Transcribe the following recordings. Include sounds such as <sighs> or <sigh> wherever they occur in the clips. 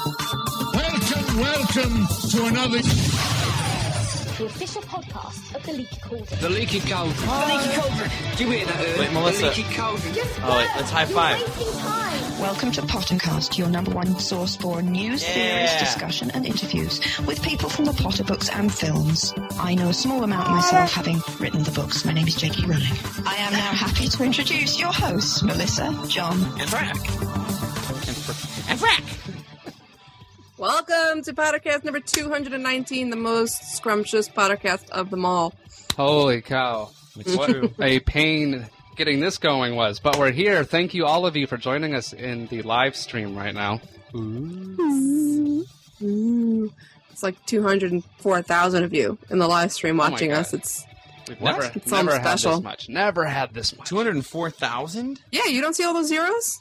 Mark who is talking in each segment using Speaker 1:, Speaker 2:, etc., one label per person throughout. Speaker 1: Welcome, welcome to another.
Speaker 2: the official podcast of the Leaky Cauldron.
Speaker 3: The leaky cauldron. The leaky cauldron. Do you hear that, Ern?
Speaker 4: Wait, Melissa.
Speaker 3: The leaky cauldron.
Speaker 4: Oh, wait, let's high five.
Speaker 5: Welcome to Pot and Cast, your number one source for news,
Speaker 4: Yeah.
Speaker 5: theories, discussion, and interviews with people from the Potter books and films. I know a small amount myself, having written the books. My name is Jakey Rowling. I am now happy to introduce your hosts, Melissa, John.
Speaker 4: And Frack. And, fr- and Frack.
Speaker 6: Welcome to Pottercast number 219, the most scrumptious Pottercast of them all.
Speaker 7: Holy cow.
Speaker 4: It's true.
Speaker 7: A pain getting this going was, but we're here. Thank you, all of you, for joining us in the live stream right now.
Speaker 6: Ooh. It's like 204,000 of you in the live stream
Speaker 7: Oh my
Speaker 6: watching
Speaker 7: God.
Speaker 6: us. It's
Speaker 7: We've
Speaker 4: What?
Speaker 7: never,
Speaker 6: It's
Speaker 7: never
Speaker 6: something
Speaker 7: had
Speaker 6: special.
Speaker 7: this much. Never had this much.
Speaker 4: 204,000?
Speaker 6: Yeah, you don't see all those zeros?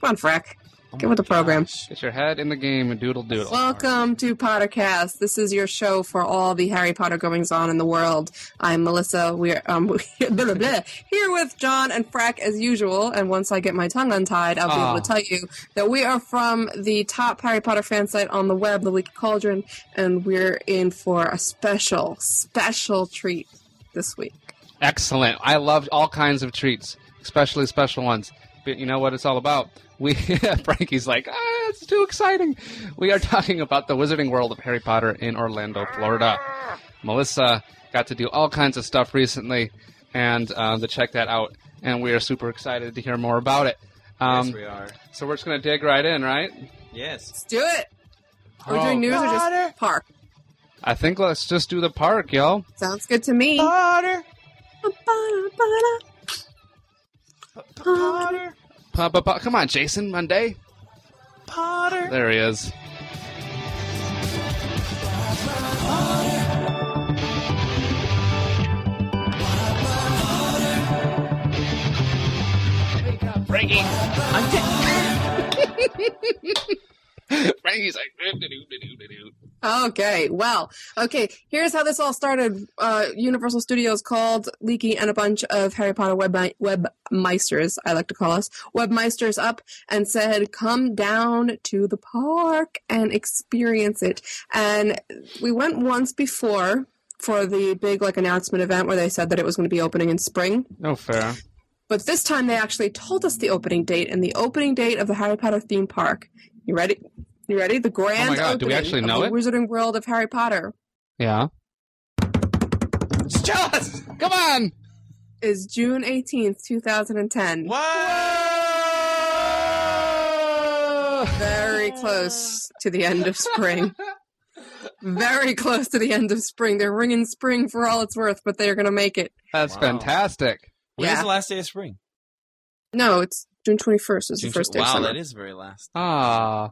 Speaker 6: Come on, Frack.
Speaker 7: Oh
Speaker 6: Get with the program.
Speaker 7: Get your head in the game and doodle doodle.
Speaker 6: Welcome to Pottercast. This is your show for all the Harry Potter goings on in the world. I'm Melissa. We're um, <laughs> blah, blah, blah, here with John and Frack as usual. And once I get my tongue untied, I'll be
Speaker 7: Aw.
Speaker 6: able to tell you that we are from the top Harry Potter fan site on the web, The Leaky Cauldron, and we're in for a special, special treat this week.
Speaker 7: Excellent. I loved all kinds of treats, especially special ones. But you know what it's all about? We <laughs> Frankie's like, ah, it's too exciting. We are talking about the Wizarding World of Harry Potter in Orlando, Florida. Melissa got to do all kinds of stuff recently, and uh, to check that out. And we are super excited to hear more about it. Um,
Speaker 4: yes, we are.
Speaker 7: So we're just gonna dig right in, right?
Speaker 4: Yes.
Speaker 6: Let's do it. We're
Speaker 7: Oh,
Speaker 6: doing news or just park.
Speaker 7: I think let's just do the park, y'all.
Speaker 6: Sounds good to me.
Speaker 4: Potter.
Speaker 6: Ba-ba-da-ba-da.
Speaker 4: Potter.
Speaker 7: Pa- pa- pa- Come on, Jason, Monday.
Speaker 4: Potter.
Speaker 7: There he is.
Speaker 4: I'm dead.
Speaker 7: <laughs> Frankie's like, "Doo-doo-doo-doo-doo-doo."
Speaker 6: Okay, well, okay, here's how this all started. Uh, Universal Studios called Leaky and a bunch of Harry Potter web webmeisters, I like to call us, webmeisters up and said, come down to the park and experience it. And we went once before for the big like announcement event where they said that it was going to be opening in spring.
Speaker 7: no fair.
Speaker 6: But this time they actually told us the opening date and the opening date of the Harry Potter theme park. You ready? You ready? The grand
Speaker 7: Oh God,
Speaker 6: opening
Speaker 7: do we actually know
Speaker 6: of
Speaker 7: it?
Speaker 6: the Wizarding World of Harry Potter
Speaker 7: Yeah.
Speaker 4: It's Just.
Speaker 7: Come on.
Speaker 6: is June 18th, 2010.
Speaker 4: Whoa!
Speaker 6: Very close to the end of spring. Very close to the end of spring. They're ringing spring for all it's worth, but they're going to make it.
Speaker 7: That's
Speaker 4: Wow.
Speaker 7: fantastic.
Speaker 4: When is
Speaker 6: Yeah.
Speaker 4: the last day of spring?
Speaker 6: No, it's June 21st is the first day of
Speaker 4: wow,
Speaker 6: summer.
Speaker 4: that is very last.
Speaker 7: Ah.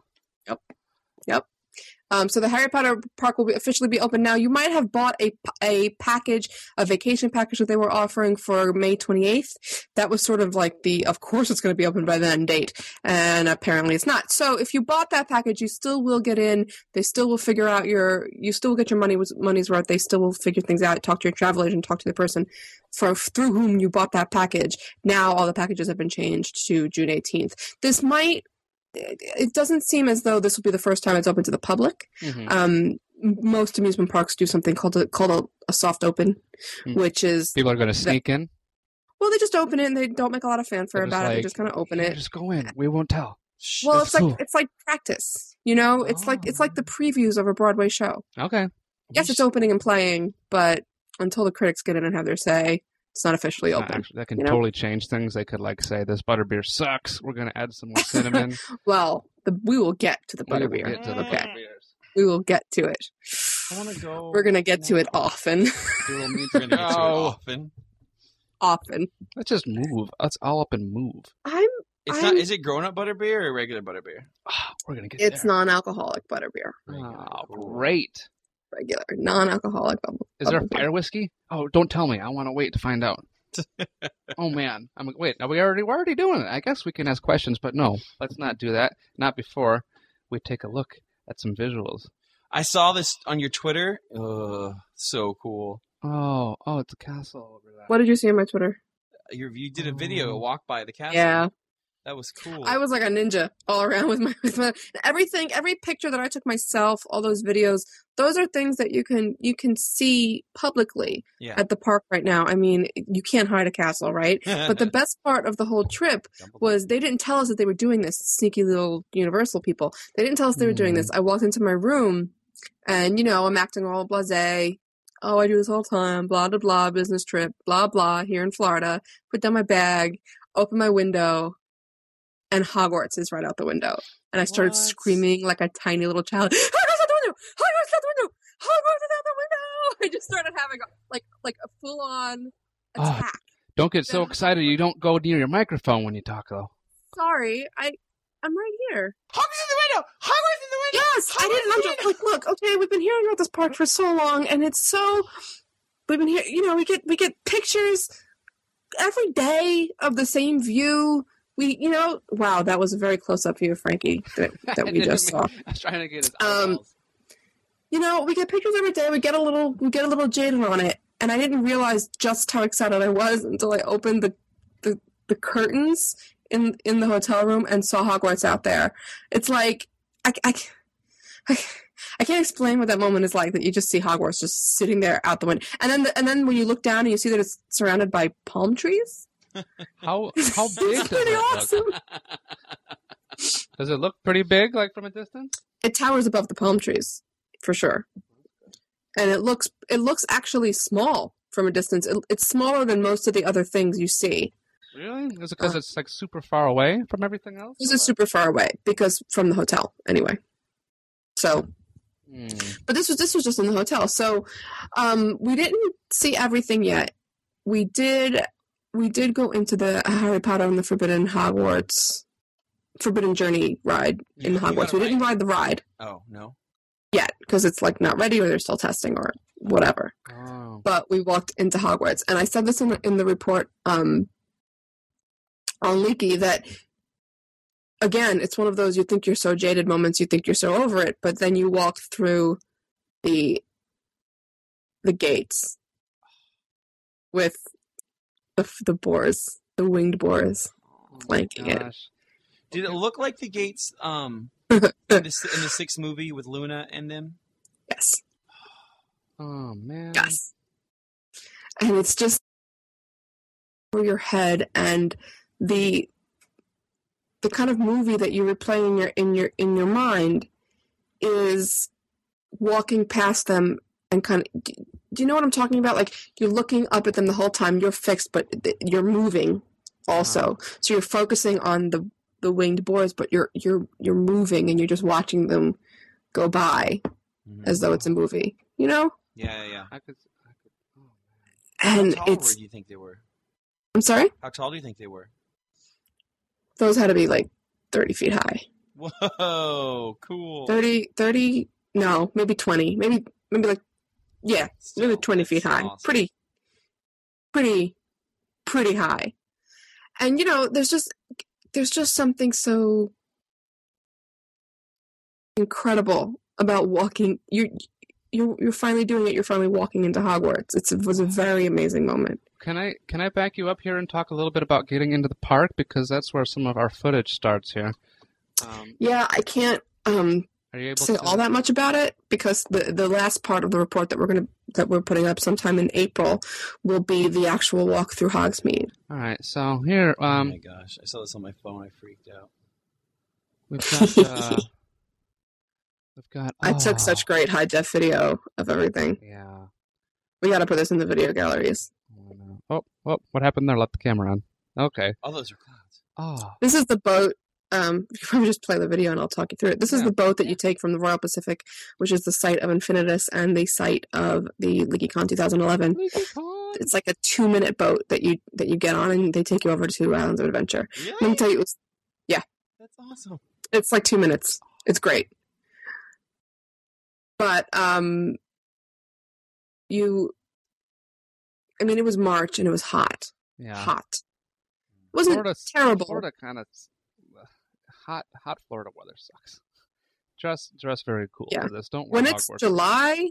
Speaker 6: Um, so the Harry Potter park will be officially be open now. You might have bought a a package, a vacation package that they were offering for May 28th. That was sort of like the of course it's going to be open by then date, and apparently it's not. So if you bought that package, you still will get in. They still will figure out your you still will get your money money's worth. They still will figure things out. Talk to your travel agent. Talk to the person for through whom you bought that package. Now all the packages have been changed to June 18th. This might it it doesn't seem as though this will be the first time it's open to the public
Speaker 7: Mhm.
Speaker 6: um, m- most amusement parks do something called a, called a, a soft open,
Speaker 7: Hmm.
Speaker 6: which is
Speaker 7: People are going to sneak in.
Speaker 6: well, they just open it and they don't make a lot of fanfare
Speaker 7: They're just
Speaker 6: about it. They
Speaker 7: like,
Speaker 6: just kind of open
Speaker 7: "You
Speaker 6: it.
Speaker 7: Just go in. We won't tell.
Speaker 4: Shh.
Speaker 6: well,
Speaker 7: that's
Speaker 6: it's like
Speaker 7: cool. Oh.
Speaker 6: it's like practice, you know. It's like it's like the previews of a Broadway show.
Speaker 7: Okay.
Speaker 6: Yes, it's opening and playing, but until the critics get in and have their say, it's not officially
Speaker 7: Nah,
Speaker 6: open.
Speaker 7: actually, that can
Speaker 6: you know?
Speaker 7: totally change things. They could like say this butterbeer sucks. We're going to add some more <laughs> cinnamon.
Speaker 6: Well, the, we will get to the
Speaker 7: We will
Speaker 6: butterbeer.
Speaker 7: get to the
Speaker 4: Mm.
Speaker 6: okay,
Speaker 7: butterbeers.
Speaker 6: we will get to it.
Speaker 4: I want to go.
Speaker 6: <sighs> We're gonna get to it often, <laughs>
Speaker 4: Doodle means we're
Speaker 7: <laughs>
Speaker 4: gonna get to it
Speaker 7: No.
Speaker 4: often.
Speaker 6: often.
Speaker 7: Let's just move. Let's all up and move.
Speaker 6: I'm.
Speaker 4: It's not.
Speaker 6: I'm-
Speaker 4: Is it grown up butterbeer or regular butterbeer?
Speaker 7: Ah, we're going to get
Speaker 6: It's
Speaker 7: there.
Speaker 6: non-alcoholic butterbeer,
Speaker 7: Oh, great.
Speaker 6: regular non-alcoholic bubble.
Speaker 7: Is there
Speaker 6: bubble
Speaker 7: fair whiskey? Oh, don't tell me. I want to wait to find
Speaker 4: <laughs>
Speaker 7: out. oh man, I'm wait. Are we already we're already doing it? I guess we can ask questions, but no, let's not do that. Not before we take a look at some visuals.
Speaker 4: I saw this on your Twitter. Ugh, so cool.
Speaker 7: Oh, oh, it's a castle over there.
Speaker 6: What did you see on my Twitter?
Speaker 4: you you did a video, a walk by the castle.
Speaker 6: Oh. Yeah.
Speaker 4: That was cool. <laughs>
Speaker 6: I was like a ninja all around with my with my everything, every picture that I took myself, all those videos. Those are things that you can you can see publicly
Speaker 4: Yeah.
Speaker 6: at the park right now. I mean, you can't hide a castle, right?
Speaker 4: <laughs>
Speaker 6: But the best part of the whole trip
Speaker 4: Dumbledore.
Speaker 6: was they didn't tell us that they were doing this. Sneaky little Universal people. They didn't tell us they were doing this. I walked into my room, and you know I'm acting all blasé. Oh, I do this all the time. Blah blah blah. Business trip. Blah blah. Here in Florida. Put down my bag. Open my window, and Hogwarts is right out the window. And I started
Speaker 4: What?
Speaker 6: screaming like a tiny little child. Hogwarts out the window! Hogwarts out the window! Hogwarts is out the window! <laughs> I just started having a, like like a full on
Speaker 7: Oh,
Speaker 6: attack.
Speaker 7: Don't get so excited. You don't go near your microphone when you talk, though.
Speaker 6: Sorry, I I'm right here.
Speaker 4: Hogwarts in the window. Hogwarts in the window.
Speaker 6: Yes, I didn't understand. Like, look, okay, we've been hearing about this park for so long, and it's so we've been here. You know, we get we get pictures every day of the same view. We, you know, wow, that was a very close up view of Frankie that, that
Speaker 7: <laughs> I
Speaker 6: we
Speaker 7: didn't
Speaker 6: just
Speaker 7: mean-
Speaker 6: saw.
Speaker 7: I was trying to get his
Speaker 6: Um,
Speaker 7: eyeballs.
Speaker 6: You know, we get pictures every day. We get a little we get a little jaded on it, and I didn't realize just how excited I was until I opened the the, the curtains in in the hotel room and saw Hogwarts out there. It's like I, I, I, I can't explain what that moment is like that you just see Hogwarts just sitting there out the window, and then the, and then when you look down and you see that it's surrounded by palm trees. <laughs>
Speaker 7: How how big does
Speaker 6: it's pretty
Speaker 7: it look?
Speaker 6: awesome.
Speaker 7: Does it look pretty big, like from a distance?
Speaker 6: It towers above the palm trees for sure, and it looks it looks actually small from a distance. It, it's smaller than most of the other things you see.
Speaker 7: Really? Is it because it's like super far away from everything else?
Speaker 6: Uh, This
Speaker 7: or
Speaker 6: is
Speaker 7: what?
Speaker 6: super far away because from the hotel anyway. So <laughs>
Speaker 7: Hmm.
Speaker 6: but this was this was just in the hotel so um we didn't see everything yet we did we did go into the harry potter and the forbidden hogwarts forbidden journey ride
Speaker 4: You-
Speaker 6: in
Speaker 4: you
Speaker 6: hogwarts
Speaker 4: gotta
Speaker 6: we didn't ride the ride
Speaker 4: Oh no.
Speaker 6: yet because it's like not ready or they're still testing or whatever
Speaker 7: Oh.
Speaker 6: but we walked into Hogwarts. And I said this in, in the report um, on Leaky that, again, it's one of those you think you're so jaded moments, you think you're so over it, but then you walk through the the gates with the, the boars, the winged boars. Flanking it.
Speaker 7: Gosh.
Speaker 4: Did it look like the gates
Speaker 6: <laughs>
Speaker 4: um in, the, in the sixth movie with Luna and them?
Speaker 6: Yes,
Speaker 7: Oh man.
Speaker 6: yes. And it's just over your head and the the kind of movie that you replay in your in your in your mind is walking past them and kind of do do you know what I'm talking about? Like you're looking up at them the whole time. You're fixed, but th- you're moving also. So you're focusing on the the winged boars, but you're you're you're moving and you're just watching them go by
Speaker 4: Mm-hmm.
Speaker 6: as though it's a movie. You know,
Speaker 4: Yeah, yeah, yeah.
Speaker 7: I could. I could oh, man.
Speaker 4: How
Speaker 6: and
Speaker 4: tall were
Speaker 6: it's
Speaker 4: do you think they were?
Speaker 6: I'm sorry,
Speaker 4: How tall do you think they were?
Speaker 6: those had to be like 30 feet high.
Speaker 4: Whoa, cool.
Speaker 6: 30, 30, no, maybe 20, maybe maybe like yeah,
Speaker 4: Still,
Speaker 6: maybe 20 feet
Speaker 4: Oh, that's
Speaker 6: high.
Speaker 4: awesome.
Speaker 6: Pretty, pretty, pretty high. And you know, there's just there's just something so incredible about walking. You you you're finally doing it. You're finally walking into Hogwarts. It's, it was a very amazing moment.
Speaker 7: Can I can I back you up here and talk a little bit about getting into the park because that's where some of our footage starts here. Um,
Speaker 6: Yeah, I can't um
Speaker 7: are you able
Speaker 6: say
Speaker 7: to
Speaker 6: all that much about it because the the last part of the report that we're gonna that we're putting up sometime in April will be the actual walk through Hogsmeade.
Speaker 7: All right, so here
Speaker 4: oh
Speaker 6: <laughs>
Speaker 4: my
Speaker 7: um,
Speaker 4: gosh, I saw this on my phone. I freaked out.
Speaker 7: we've got uh, we've got.
Speaker 6: I took such
Speaker 7: oh,
Speaker 6: great high def video of everything.
Speaker 7: Yeah.
Speaker 6: We gotta put this in the video galleries.
Speaker 7: Oh, no. oh, oh, what happened there? Left the camera on. Okay.
Speaker 4: Oh, those are clouds.
Speaker 7: Oh, <laughs>
Speaker 6: This is the boat. Um, <laughs> you can probably just play the video and I'll talk you through it. This is
Speaker 7: Yeah.
Speaker 6: the boat that you take from the Royal Pacific, which is the site of Infinitus and the site of the LeakyCon 2011.
Speaker 7: Leaky pond.
Speaker 6: It's like a two-minute boat that you that you get on and they take you over to Islands of Adventure. <laughs> Let me
Speaker 4: Really?
Speaker 6: tell you, it's
Speaker 4: That's awesome.
Speaker 6: It's like two minutes. It's great. But um you I mean it was March and it was hot.
Speaker 7: yeah.
Speaker 6: Hot. It wasn't terrible.
Speaker 7: Florida kind of hot, hot Florida weather sucks. Dress, dress very cool
Speaker 6: Yeah.
Speaker 7: for this. Don't wear
Speaker 6: when it's
Speaker 7: Hogwarts.
Speaker 6: July,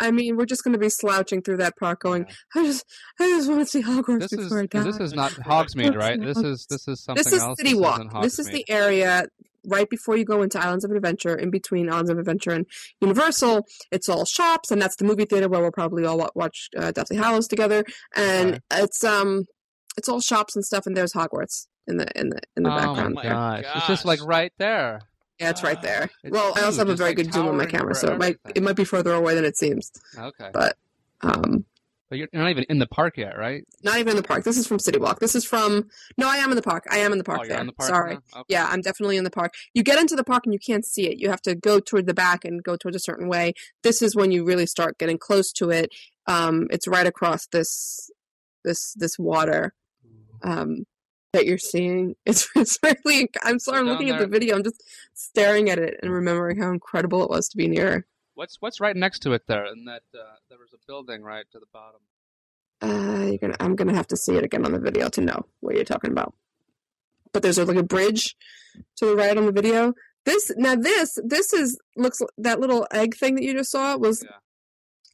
Speaker 6: I mean, we're just going to be slouching through that park, going, "I just, I just want to see Hogwarts
Speaker 7: This is
Speaker 6: before I die."
Speaker 7: this is not Hogsmeade, right? This is this is something
Speaker 6: this is
Speaker 7: else.
Speaker 6: City
Speaker 7: This
Speaker 6: Walk.
Speaker 7: isn't
Speaker 6: This is the
Speaker 7: Hogsmeade.
Speaker 6: area right before you go into Islands of Adventure, in between Islands of Adventure and Universal. It's all shops, and that's the movie theater where we'll probably all wa- watch uh, Deathly Hallows together. And it's um, it's all shops and stuff, and there's Hogwarts in the in the in the
Speaker 7: oh
Speaker 6: background.
Speaker 7: my
Speaker 4: there.
Speaker 7: gosh. It's just like right there.
Speaker 6: Yeah, it's right there.
Speaker 7: It's
Speaker 6: well, I
Speaker 7: huge.
Speaker 6: also have a
Speaker 7: It's
Speaker 6: very
Speaker 7: like
Speaker 6: good zoom on my
Speaker 7: towering
Speaker 6: camera,
Speaker 7: over
Speaker 6: so it might
Speaker 7: everything.
Speaker 6: it might be further away than it seems.
Speaker 7: Okay,
Speaker 6: But- Um,
Speaker 7: but you're, you're not even in the park yet, right? Oh,
Speaker 6: not even in the park. This is from City Walk. This is from no, I am in the park. I am in the park
Speaker 7: oh, you're
Speaker 6: there.
Speaker 7: in the park.
Speaker 6: Sorry.
Speaker 7: now? Okay.
Speaker 6: Yeah, I'm definitely in the park. You get into the park and you can't see it. You have to go toward the back and go towards a certain way. This is when you really start getting close to it. Um, it's right across this this this water
Speaker 7: Mm-hmm.
Speaker 6: um, that you're seeing. <laughs> It's, it's really. I'm sorry. I'm
Speaker 7: Down
Speaker 6: looking at
Speaker 7: there. Mm-hmm.
Speaker 6: the video. I'm just staring at it and remembering how incredible it was to be near.
Speaker 7: What's what's right next to it there? And that uh, there was a building right to the bottom.
Speaker 6: Uh, you're gonna, I'm gonna have to see it again on the video to know what you're talking about. But there's like a bridge to the right on the video. This now this this is looks that little egg thing that you just saw was
Speaker 7: Yeah.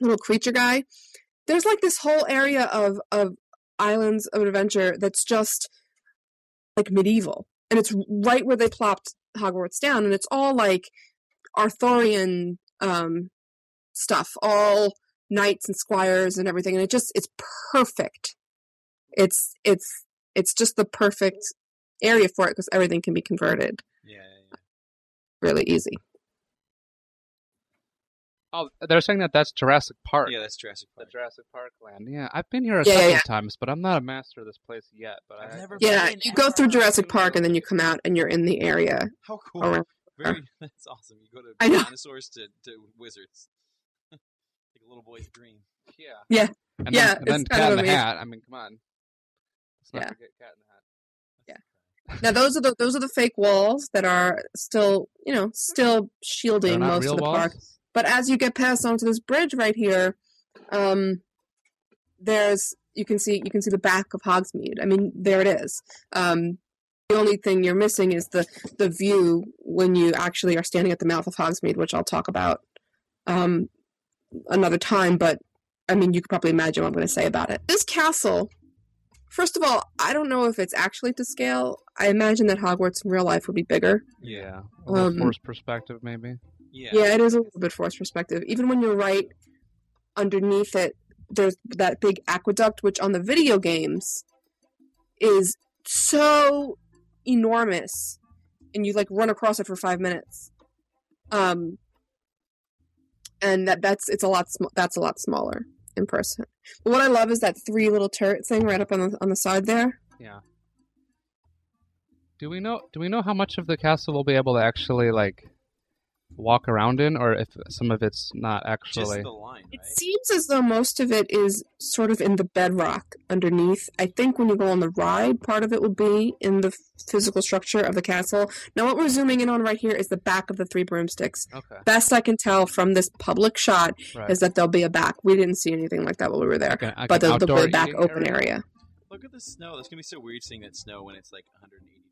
Speaker 6: little creature guy. There's like this whole area of of islands of adventure that's just like medieval, and it's right where they plopped Hogwarts down, and it's all like Arthurian um, stuff, all knights and squires and everything and it just it's perfect it's it's it's just the perfect area for it because everything can be converted
Speaker 4: Yeah, yeah,
Speaker 6: really easy
Speaker 7: Oh, they're saying that that's Jurassic Park.
Speaker 4: yeah. yeah, that's Jurassic
Speaker 7: the
Speaker 4: Park.
Speaker 7: Jurassic Park land. Yeah, I've been here a
Speaker 6: Yeah, yeah,
Speaker 7: couple
Speaker 6: yeah.
Speaker 7: times, but I'm not a master of this place yet. But I,
Speaker 4: I've never
Speaker 6: yeah
Speaker 4: been
Speaker 6: you
Speaker 4: in
Speaker 6: go
Speaker 4: it.
Speaker 6: through jurassic park and then you come out and you're in the area
Speaker 4: How cool!
Speaker 6: around <laughs>
Speaker 4: Very, <laughs> that's awesome. You go to
Speaker 6: I know.
Speaker 4: dinosaurs to, to wizards. <laughs> like a little boy's dream.
Speaker 7: yeah,
Speaker 6: Yeah.
Speaker 7: and
Speaker 6: Yeah,
Speaker 7: then, and then
Speaker 6: it's
Speaker 7: Cat
Speaker 6: kind
Speaker 7: in
Speaker 6: of
Speaker 7: the
Speaker 6: amazing.
Speaker 7: Hat. I mean, come on, let's not
Speaker 6: Yeah.
Speaker 7: forget Cat in the Hat.
Speaker 6: now those are the those are the fake walls that are still you know still
Speaker 7: They're
Speaker 6: shielding
Speaker 7: not
Speaker 6: most
Speaker 7: real
Speaker 6: of the
Speaker 7: walls?
Speaker 6: park But as you get past onto this bridge right here, um, there's you can see you can see the back of Hogsmeade. I mean, there it is. Um, the only thing you're missing is the the view when you actually are standing at the mouth of Hogsmeade, which I'll talk about um, another time. But I mean, you could probably imagine what I'm going to say about it. This castle. First of all, I don't know if it's actually to scale. I imagine that Hogwarts in real life would be bigger.
Speaker 7: Yeah, a little
Speaker 6: Um,
Speaker 7: forced perspective maybe.
Speaker 4: Yeah.
Speaker 6: Yeah, it is a little bit forced perspective. Even when you're right underneath it, there's that big aqueduct, which on the video games is so enormous, and you like run across it for five minutes. Um, and that that's it's a lot sm- that's a lot smaller in person. But what I love is that three little turret thing right up on the on the side there.
Speaker 7: Do we know? Do we know how much of the castle we'll be able to actually like walk around in, or if some of it's not
Speaker 4: Just
Speaker 7: actually?
Speaker 4: the line, right?
Speaker 6: It seems as though most of it is sort of in the bedrock underneath. I think when you go on the ride, part of it will be in the physical structure of the castle. Now, what we're zooming in on right here is the back of the three broomsticks.
Speaker 4: <laughs>
Speaker 7: Okay,
Speaker 6: Best I can tell from this public shot
Speaker 7: right.
Speaker 6: is that there'll be a back. We didn't see anything like that while we were there,
Speaker 7: Like a- like
Speaker 6: but there'll,
Speaker 7: an
Speaker 6: there'll be
Speaker 7: outdoor
Speaker 6: a back
Speaker 7: eating
Speaker 6: open area.
Speaker 4: Look at the snow. That's gonna be so weird seeing that snow when it's like 180 degrees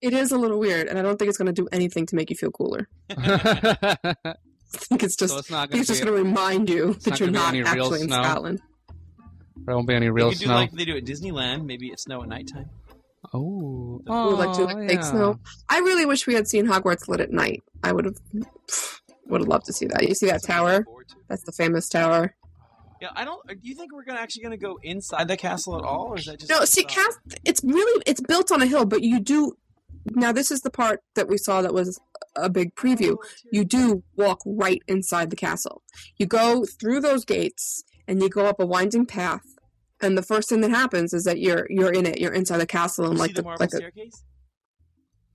Speaker 6: It is a little weird, and I don't think it's going to do anything to make you feel cooler. <laughs>
Speaker 7: <laughs>
Speaker 6: I think it's just.
Speaker 7: so it's not
Speaker 6: I think
Speaker 7: going
Speaker 6: it's just
Speaker 7: to
Speaker 6: going to remind you
Speaker 7: it's
Speaker 6: that
Speaker 7: not
Speaker 6: you're
Speaker 7: gonna
Speaker 6: not
Speaker 7: be any real
Speaker 6: actually in
Speaker 7: snow.
Speaker 6: Scotland.
Speaker 7: There won't be any
Speaker 4: out.
Speaker 7: real
Speaker 4: You do
Speaker 7: snow.
Speaker 4: like they do at Disneyland. Maybe it's snow at nighttime.
Speaker 7: oh,
Speaker 6: Ooh, like to
Speaker 7: oh,
Speaker 6: like fake
Speaker 7: yeah.
Speaker 6: snow. I really wish we had seen Hogwarts lit at night. I would have would have loved to see that. You see that
Speaker 4: Something to look
Speaker 6: tower?
Speaker 4: forward to.
Speaker 6: That's the famous tower.
Speaker 4: Yeah, I don't. uh, Do you think we're gonna actually gonna go inside the castle at all, or is that just uh,
Speaker 6: No, see,
Speaker 4: inside?
Speaker 6: cast. It's really it's built on a hill, but you do. Now this is the part that we saw that was a big preview. You do walk right inside the castle. You go through those gates and you go up a winding path. And the first thing that happens is that you're you're in it. You're inside the castle and
Speaker 4: You
Speaker 6: like
Speaker 4: see the
Speaker 6: the,
Speaker 4: marble
Speaker 6: like a
Speaker 4: staircase.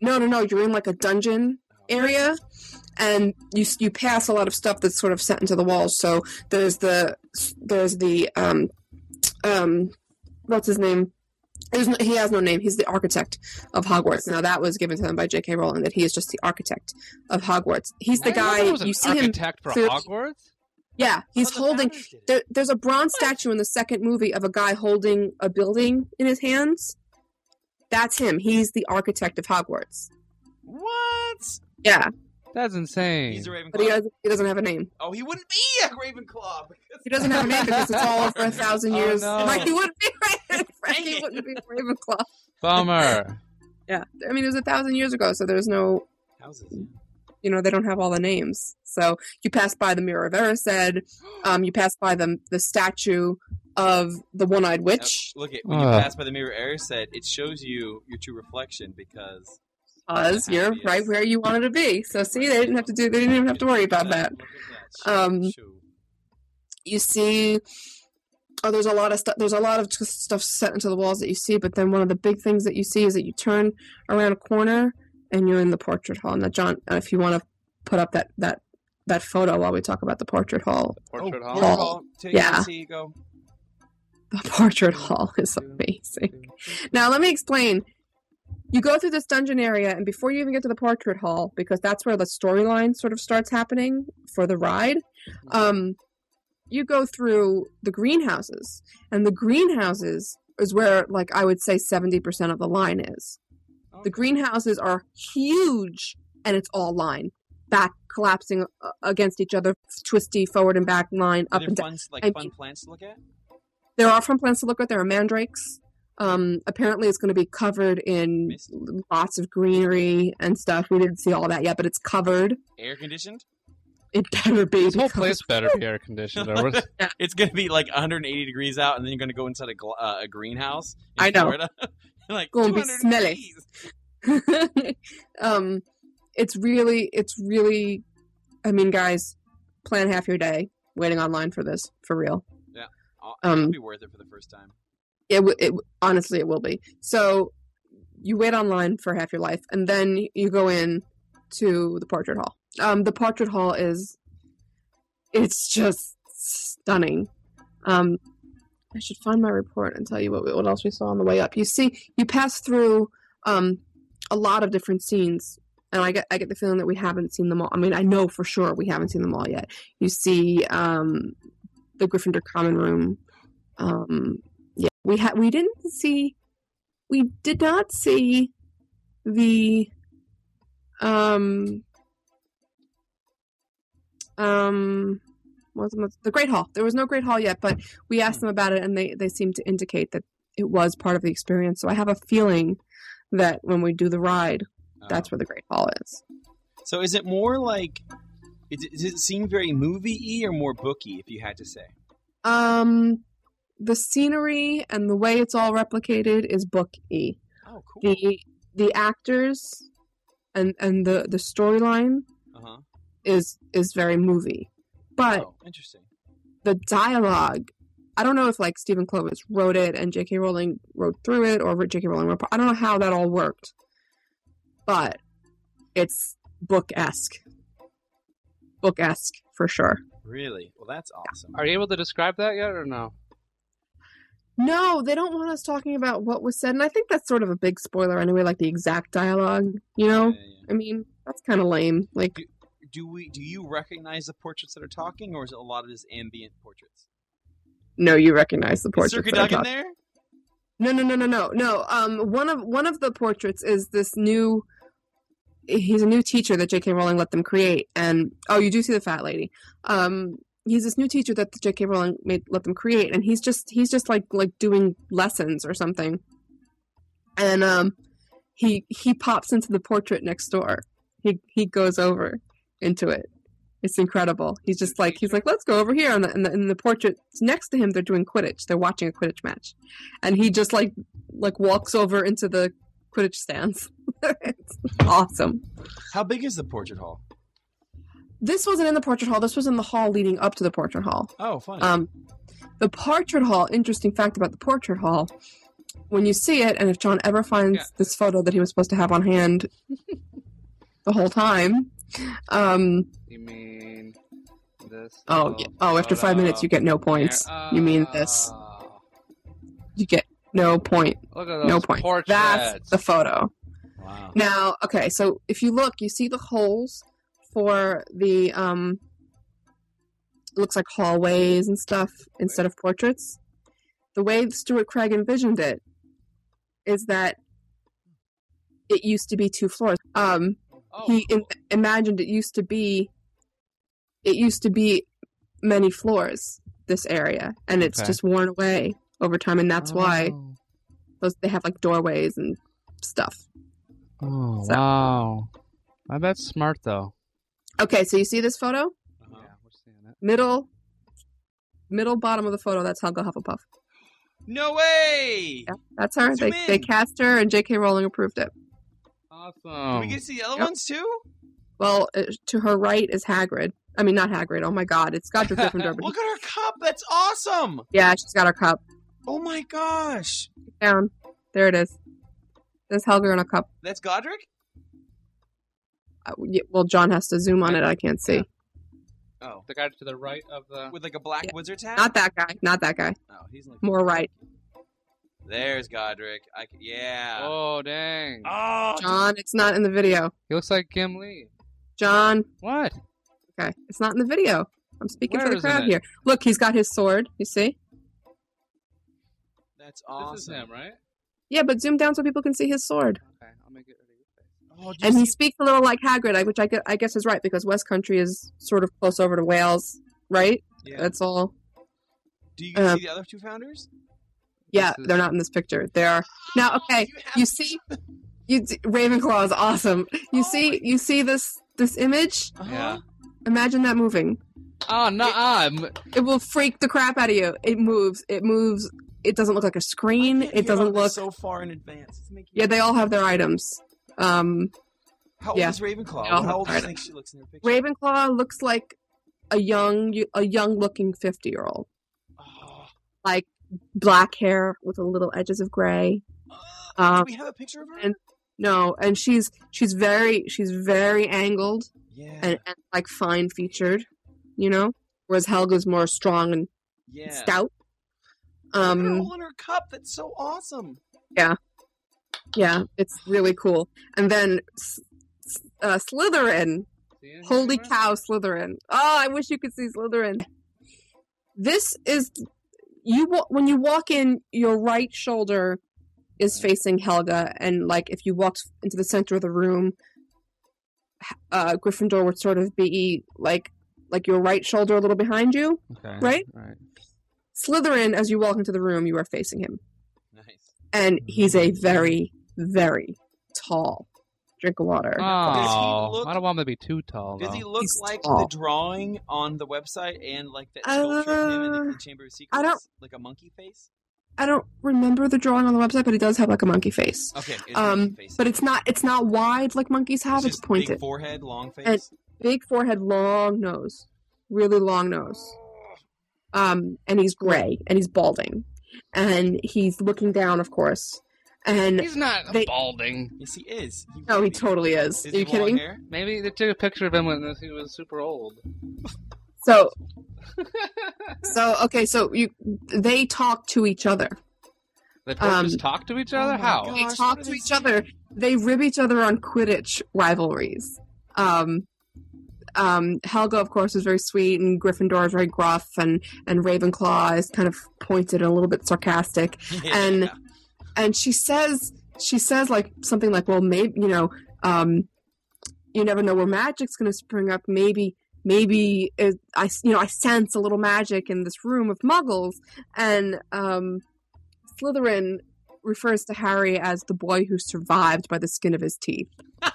Speaker 6: no no no. You're in like a dungeon area and you you pass a lot of stuff that's sort of set into the walls so there's the there's the um um what's his name there's no, he has no name he's the architect of hogwarts now that was given to him by jk rowling that he is just the architect of hogwarts he's the
Speaker 7: I didn't know
Speaker 6: guy
Speaker 7: there was an
Speaker 6: you see him
Speaker 7: architect for
Speaker 6: through-
Speaker 7: Hogwarts.
Speaker 6: yeah he's
Speaker 4: Oh, the
Speaker 6: holding
Speaker 4: founders did it.
Speaker 6: there, there's a bronze statue in the second movie of a guy holding a building in his hands that's him he's the architect of hogwarts
Speaker 4: What?
Speaker 6: yeah
Speaker 7: That's insane.
Speaker 4: He's a <laughs> Ravenclaw.
Speaker 6: But he doesn't, he doesn't have a name.
Speaker 4: oh, he wouldn't be a Ravenclaw.
Speaker 6: He doesn't have a name because it's all for a thousand
Speaker 7: <laughs> Oh,
Speaker 6: years.
Speaker 7: no.
Speaker 6: Like he wouldn't be <laughs> Raven-
Speaker 7: <laughs>
Speaker 6: Frankie
Speaker 4: it.
Speaker 6: wouldn't be Ravenclaw.
Speaker 7: Bummer.
Speaker 6: Yeah, I mean it was a thousand years ago, so there's no,
Speaker 4: <laughs> Houses.
Speaker 6: you know, they don't have all the names. So you pass by the mirror of
Speaker 7: <gasps>
Speaker 6: Erised, um, you pass by the the statue of the one-eyed
Speaker 4: Now,
Speaker 6: witch.
Speaker 4: look at when you
Speaker 7: Uh.
Speaker 4: pass by the mirror air set, it shows you your true reflection because
Speaker 6: Oz, you're
Speaker 4: Yes.
Speaker 6: right where you wanted to be. So see, they didn't have to do, they didn't even have to worry about
Speaker 4: Look
Speaker 6: that.
Speaker 4: at Shoo,
Speaker 6: Um,
Speaker 4: shoo.
Speaker 6: you see oh there's a lot of stuff there's a lot of t- stuff set into the walls that you see but then one of the big things that you see is that you turn around a corner and you're in the portrait hall and that john uh, if you want to put up that that that photo while we talk about the portrait hall
Speaker 7: Portrait
Speaker 4: oh,
Speaker 7: Hall.
Speaker 4: Portrait hall. Take
Speaker 6: Yeah.
Speaker 4: it, see you go.
Speaker 6: <laughs> the portrait hall is amazing now let me explain you go through this dungeon area and before you even get to the portrait hall because that's where the storyline sort of starts happening for the ride um, you go through the greenhouses and the greenhouses is where like i would say 70% of the line is the greenhouses are huge and it's all line back collapsing uh, against each other twisty forward and back line
Speaker 4: Are
Speaker 6: up
Speaker 4: there
Speaker 6: and down
Speaker 4: fun, like
Speaker 6: and-
Speaker 4: fun plants to look at?
Speaker 6: there are from plants to look at there are mandrakes um, apparently it's going to be covered in
Speaker 4: Mist.
Speaker 6: lots of greenery and stuff we didn't see all that yet but it's covered
Speaker 4: Air conditioned?
Speaker 6: it better be
Speaker 7: This whole
Speaker 6: because- <laughs>
Speaker 7: place better be air conditioned. Or
Speaker 4: <laughs>
Speaker 7: we're-
Speaker 4: It's gonna be like 180 degrees out, and then you're gonna go inside a, gl- uh, a greenhouse. In
Speaker 6: I know.
Speaker 4: Florida. <laughs> like
Speaker 6: Gonna be
Speaker 4: 200
Speaker 6: smelly.
Speaker 4: degrees.
Speaker 6: um, it's really, it's really. I mean, guys, plan half your day waiting online for this for real.
Speaker 4: Oh,
Speaker 6: Um,
Speaker 4: it'll be worth it for the first time.
Speaker 6: It, w- it w- honestly, it will be. So you wait online for half your life, and then you go in to the portrait hall. Um, the portrait hall is, it's just stunning. Um, I should find my report and tell you what we- what else we saw on the way up. You see, you pass through um, a lot of different scenes, and I get I get the feeling that we haven't seen them all. I mean, I know for sure we haven't seen them all yet. You see, um, the Gryffindor common room. Um, yeah, we had we didn't see we did not see the um um what's what's- the great hall there was no great hall yet but we asked them about it and they they seemed to indicate that it was part of the experience so i have a feeling that when we do the ride that's
Speaker 4: Oh.
Speaker 6: where the great hall is
Speaker 4: So is it more like? Is it, does it seem very movie-y or more booky? If you had to say,
Speaker 6: um the scenery and the way it's all replicated is book e
Speaker 4: oh cool,
Speaker 6: the the actors and and the the storyline
Speaker 4: uh huh,
Speaker 6: is is very movie but
Speaker 4: oh interesting.
Speaker 6: the dialogue i don't know if like stephen clovis wrote it and jk rowling wrote through it or jk rowling wrote i don't know how that all worked but it's book-esque book-esque for sure
Speaker 4: Really? Well, that's awesome.
Speaker 7: Are you able to describe that yet or no?
Speaker 6: no they don't want us talking about what was said and i think that's sort of a big spoiler anyway like the exact dialogue you know
Speaker 4: Yeah, yeah, yeah.
Speaker 6: i mean that's kind of lame like
Speaker 4: Do we? Do you recognize the portraits that are talking, or is it a lot of just ambient portraits?
Speaker 6: no you recognize the
Speaker 4: Is
Speaker 6: portrait
Speaker 4: Circa Dog in there?
Speaker 6: No, no, no, no, no, no. Um, one of one of the portraits is this new. He's a new teacher that J.K. Rowling let them create, and oh, you do see the fat lady. Um, he's this new teacher that J.K. Rowling made let them create, and he's just he's just like like doing lessons or something, and um, he he pops into the portrait next door. He he goes over into it. It's incredible. He's just like he's like, let's go over here, and the, and the, and the portrait next to him. They're doing Quidditch. They're watching a Quidditch match and he just like like walks over into the Quidditch stands. <laughs> it's awesome.
Speaker 4: How big is the portrait hall?
Speaker 6: This wasn't in the portrait hall. This was in the hall leading up to the portrait hall.
Speaker 4: Oh, funny.
Speaker 6: Um, the portrait hall. Interesting fact about the portrait hall: when you see it, and if John ever finds
Speaker 7: Yeah.
Speaker 6: this photo that he was supposed to have on
Speaker 7: <laughs>
Speaker 6: hand the whole time, um,
Speaker 7: You mean this?
Speaker 6: oh yeah, oh, after five minutes you get no points. You mean
Speaker 7: uh,
Speaker 6: this? You get no point.
Speaker 7: Look at those
Speaker 6: No point.
Speaker 7: portraits.
Speaker 6: That's the photo.
Speaker 4: wow.
Speaker 6: Now, okay, so if you look, you see the holes for the um it looks like hallways and stuff instead of portraits. The way Stuart Craig envisioned it is that it used to be two floors. Um
Speaker 7: Oh,
Speaker 6: he im- imagined it used to be it used to be many floors this area and it's
Speaker 7: Okay.
Speaker 6: just worn away over time and that's why
Speaker 7: Oh.
Speaker 6: those they have like doorways and stuff
Speaker 7: Oh,
Speaker 6: So-
Speaker 7: wow. Now, that's smart, though.
Speaker 6: okay so you see this photo
Speaker 4: Uh-huh.
Speaker 7: we're seeing it.
Speaker 6: middle middle bottom of the photo that's helga hufflepuff
Speaker 4: No way!
Speaker 6: Yeah. that's her
Speaker 4: Zoom
Speaker 6: they, they
Speaker 4: in.
Speaker 6: cast her and jk rowling approved it
Speaker 4: Can
Speaker 7: Awesome.
Speaker 4: we get to see the other
Speaker 6: Yep.
Speaker 4: ones too?
Speaker 6: well uh, to her right is hagrid i mean not hagrid oh my god it's godric gryffindor but
Speaker 4: Look at her cup. That's awesome.
Speaker 6: yeah she's got her cup
Speaker 4: Oh my gosh.
Speaker 6: down there it is there's helga in a cup
Speaker 4: That's Godric?
Speaker 6: Uh, y- well, John has to zoom on it. I can't see.
Speaker 4: Oh.
Speaker 7: the guy to the right of the.
Speaker 4: With like a black
Speaker 6: Yeah.
Speaker 4: wizard's hat?
Speaker 6: Not that guy. Not that guy.
Speaker 4: No, he's like
Speaker 6: More right.
Speaker 4: There's Godric. I c- yeah.
Speaker 7: Oh, dang.
Speaker 4: Oh,
Speaker 6: John, it's not in the video.
Speaker 7: He looks like Gimli.
Speaker 6: John,
Speaker 7: What?
Speaker 6: okay, it's not in the video. I'm speaking
Speaker 7: Where
Speaker 6: for the
Speaker 7: isn't
Speaker 6: crowd
Speaker 7: it?
Speaker 6: here. Look, he's got his sword. You see?
Speaker 4: that's awesome.
Speaker 7: This is him, right?
Speaker 6: Yeah, but zoom down so people can see his sword.
Speaker 7: Okay, I'll make it rid of your face.
Speaker 4: Oh, did you
Speaker 6: And he
Speaker 4: see-
Speaker 6: speaks a little like Hagrid, I- which I guess, I guess is right because West Country is sort of close over to Wales, right?
Speaker 4: yeah.
Speaker 6: That's all.
Speaker 4: Do you
Speaker 6: um,
Speaker 4: see the other two founders?
Speaker 6: Yeah,
Speaker 7: This is-
Speaker 6: they're not in this picture. They
Speaker 4: <gasps>
Speaker 6: are now. Okay,
Speaker 4: have
Speaker 6: you
Speaker 4: to- <laughs> Oh
Speaker 6: see, you d- Ravenclaw is awesome. You see, you see this this image.
Speaker 4: Uh-huh.
Speaker 7: Yeah.
Speaker 6: Imagine that moving.
Speaker 7: Oh, no, I'm.
Speaker 6: It will freak the crap out of you. It moves. It moves. It doesn't look like a screen.
Speaker 4: I can't
Speaker 6: It
Speaker 4: hear all
Speaker 6: doesn't
Speaker 4: this so
Speaker 6: look.
Speaker 4: far in advance. It's making
Speaker 6: Yeah, they all have their items. Um,
Speaker 4: How old
Speaker 6: yeah.
Speaker 4: is Ravenclaw?
Speaker 6: They all
Speaker 4: How old do you
Speaker 6: have-
Speaker 4: think she looks in her picture?
Speaker 6: Ravenclaw looks like a young, a young-looking fifty-year-old.
Speaker 4: Oh.
Speaker 6: Like black hair with a little edges of gray.
Speaker 4: Uh,
Speaker 6: Um,
Speaker 4: do we have a picture of her?
Speaker 6: and- no, and she's she's very she's very angled
Speaker 4: yeah.
Speaker 6: and, and like fine featured, you know. Whereas Helga's more strong and
Speaker 4: yeah.
Speaker 6: stout.
Speaker 4: Look at her
Speaker 6: Um,
Speaker 4: holding her cup. That's so awesome.
Speaker 6: yeah, it's really cool. And then S- S- uh, Slytherin
Speaker 7: seeing
Speaker 6: Holy
Speaker 7: him?
Speaker 6: cow, Slytherin! Oh, I wish you could see Slytherin. This is you wa- when you walk in, your right shoulder is facing Helga, and like if you walked into the center of the room, uh, Gryffindor would sort of be like like your right shoulder a little behind you.
Speaker 7: Okay.
Speaker 6: Right?
Speaker 7: Right.
Speaker 6: Slytherin, as you walk into the room, you are facing him,
Speaker 4: Nice.
Speaker 6: and he's a very very tall. Drink of water.
Speaker 7: Oh,
Speaker 4: look-
Speaker 7: I don't want him to be too tall.
Speaker 4: Does
Speaker 7: though.
Speaker 4: he look
Speaker 6: He's
Speaker 4: like
Speaker 6: tall.
Speaker 4: the drawing on the website and like that sculpture of him in the,
Speaker 6: Uh,
Speaker 4: the Chamber of Secrets?
Speaker 6: I don't-
Speaker 4: like a monkey face.
Speaker 6: I don't remember the drawing on the website, but he does have like a monkey face.
Speaker 4: Okay, it's
Speaker 6: um
Speaker 4: monkey face.
Speaker 6: but it's not it's not wide like monkeys have it's,
Speaker 4: just
Speaker 6: pointed
Speaker 4: Big forehead, long face.
Speaker 6: big forehead long nose really long nose um and he's gray and he's balding and he's looking down of course and
Speaker 7: He's not
Speaker 6: They-
Speaker 7: balding.
Speaker 4: yes, he is. He
Speaker 6: no
Speaker 4: really
Speaker 6: he totally is,
Speaker 4: Is
Speaker 6: are
Speaker 4: he
Speaker 6: you
Speaker 4: blonde
Speaker 6: kidding
Speaker 4: hair? <laughs>
Speaker 7: Maybe they took a picture of him when he was super old.
Speaker 6: so so okay so you they talk to each other
Speaker 7: They
Speaker 6: Um,
Speaker 7: just talk to each other.
Speaker 4: oh my
Speaker 7: How?
Speaker 4: God. <laughs>
Speaker 6: they
Speaker 4: Gosh,
Speaker 6: talk
Speaker 4: what
Speaker 6: to
Speaker 4: is
Speaker 6: each
Speaker 4: he-
Speaker 6: other. They rib each other on Quidditch rivalries. Um, um, Helga, of course, is very sweet, and Gryffindor is very gruff, and and Ravenclaw is kind of pointed and a little bit sarcastic. And-
Speaker 4: Yeah.
Speaker 6: And she says, she says like something like, "Well, maybe you know, um, you never know where magic's going to spring up. Maybe." Maybe it, I, s- you know, I sense a little magic in this room of Muggles, and um, Slytherin refers to Harry as the boy who survived by the skin of his teeth.
Speaker 7: <laughs>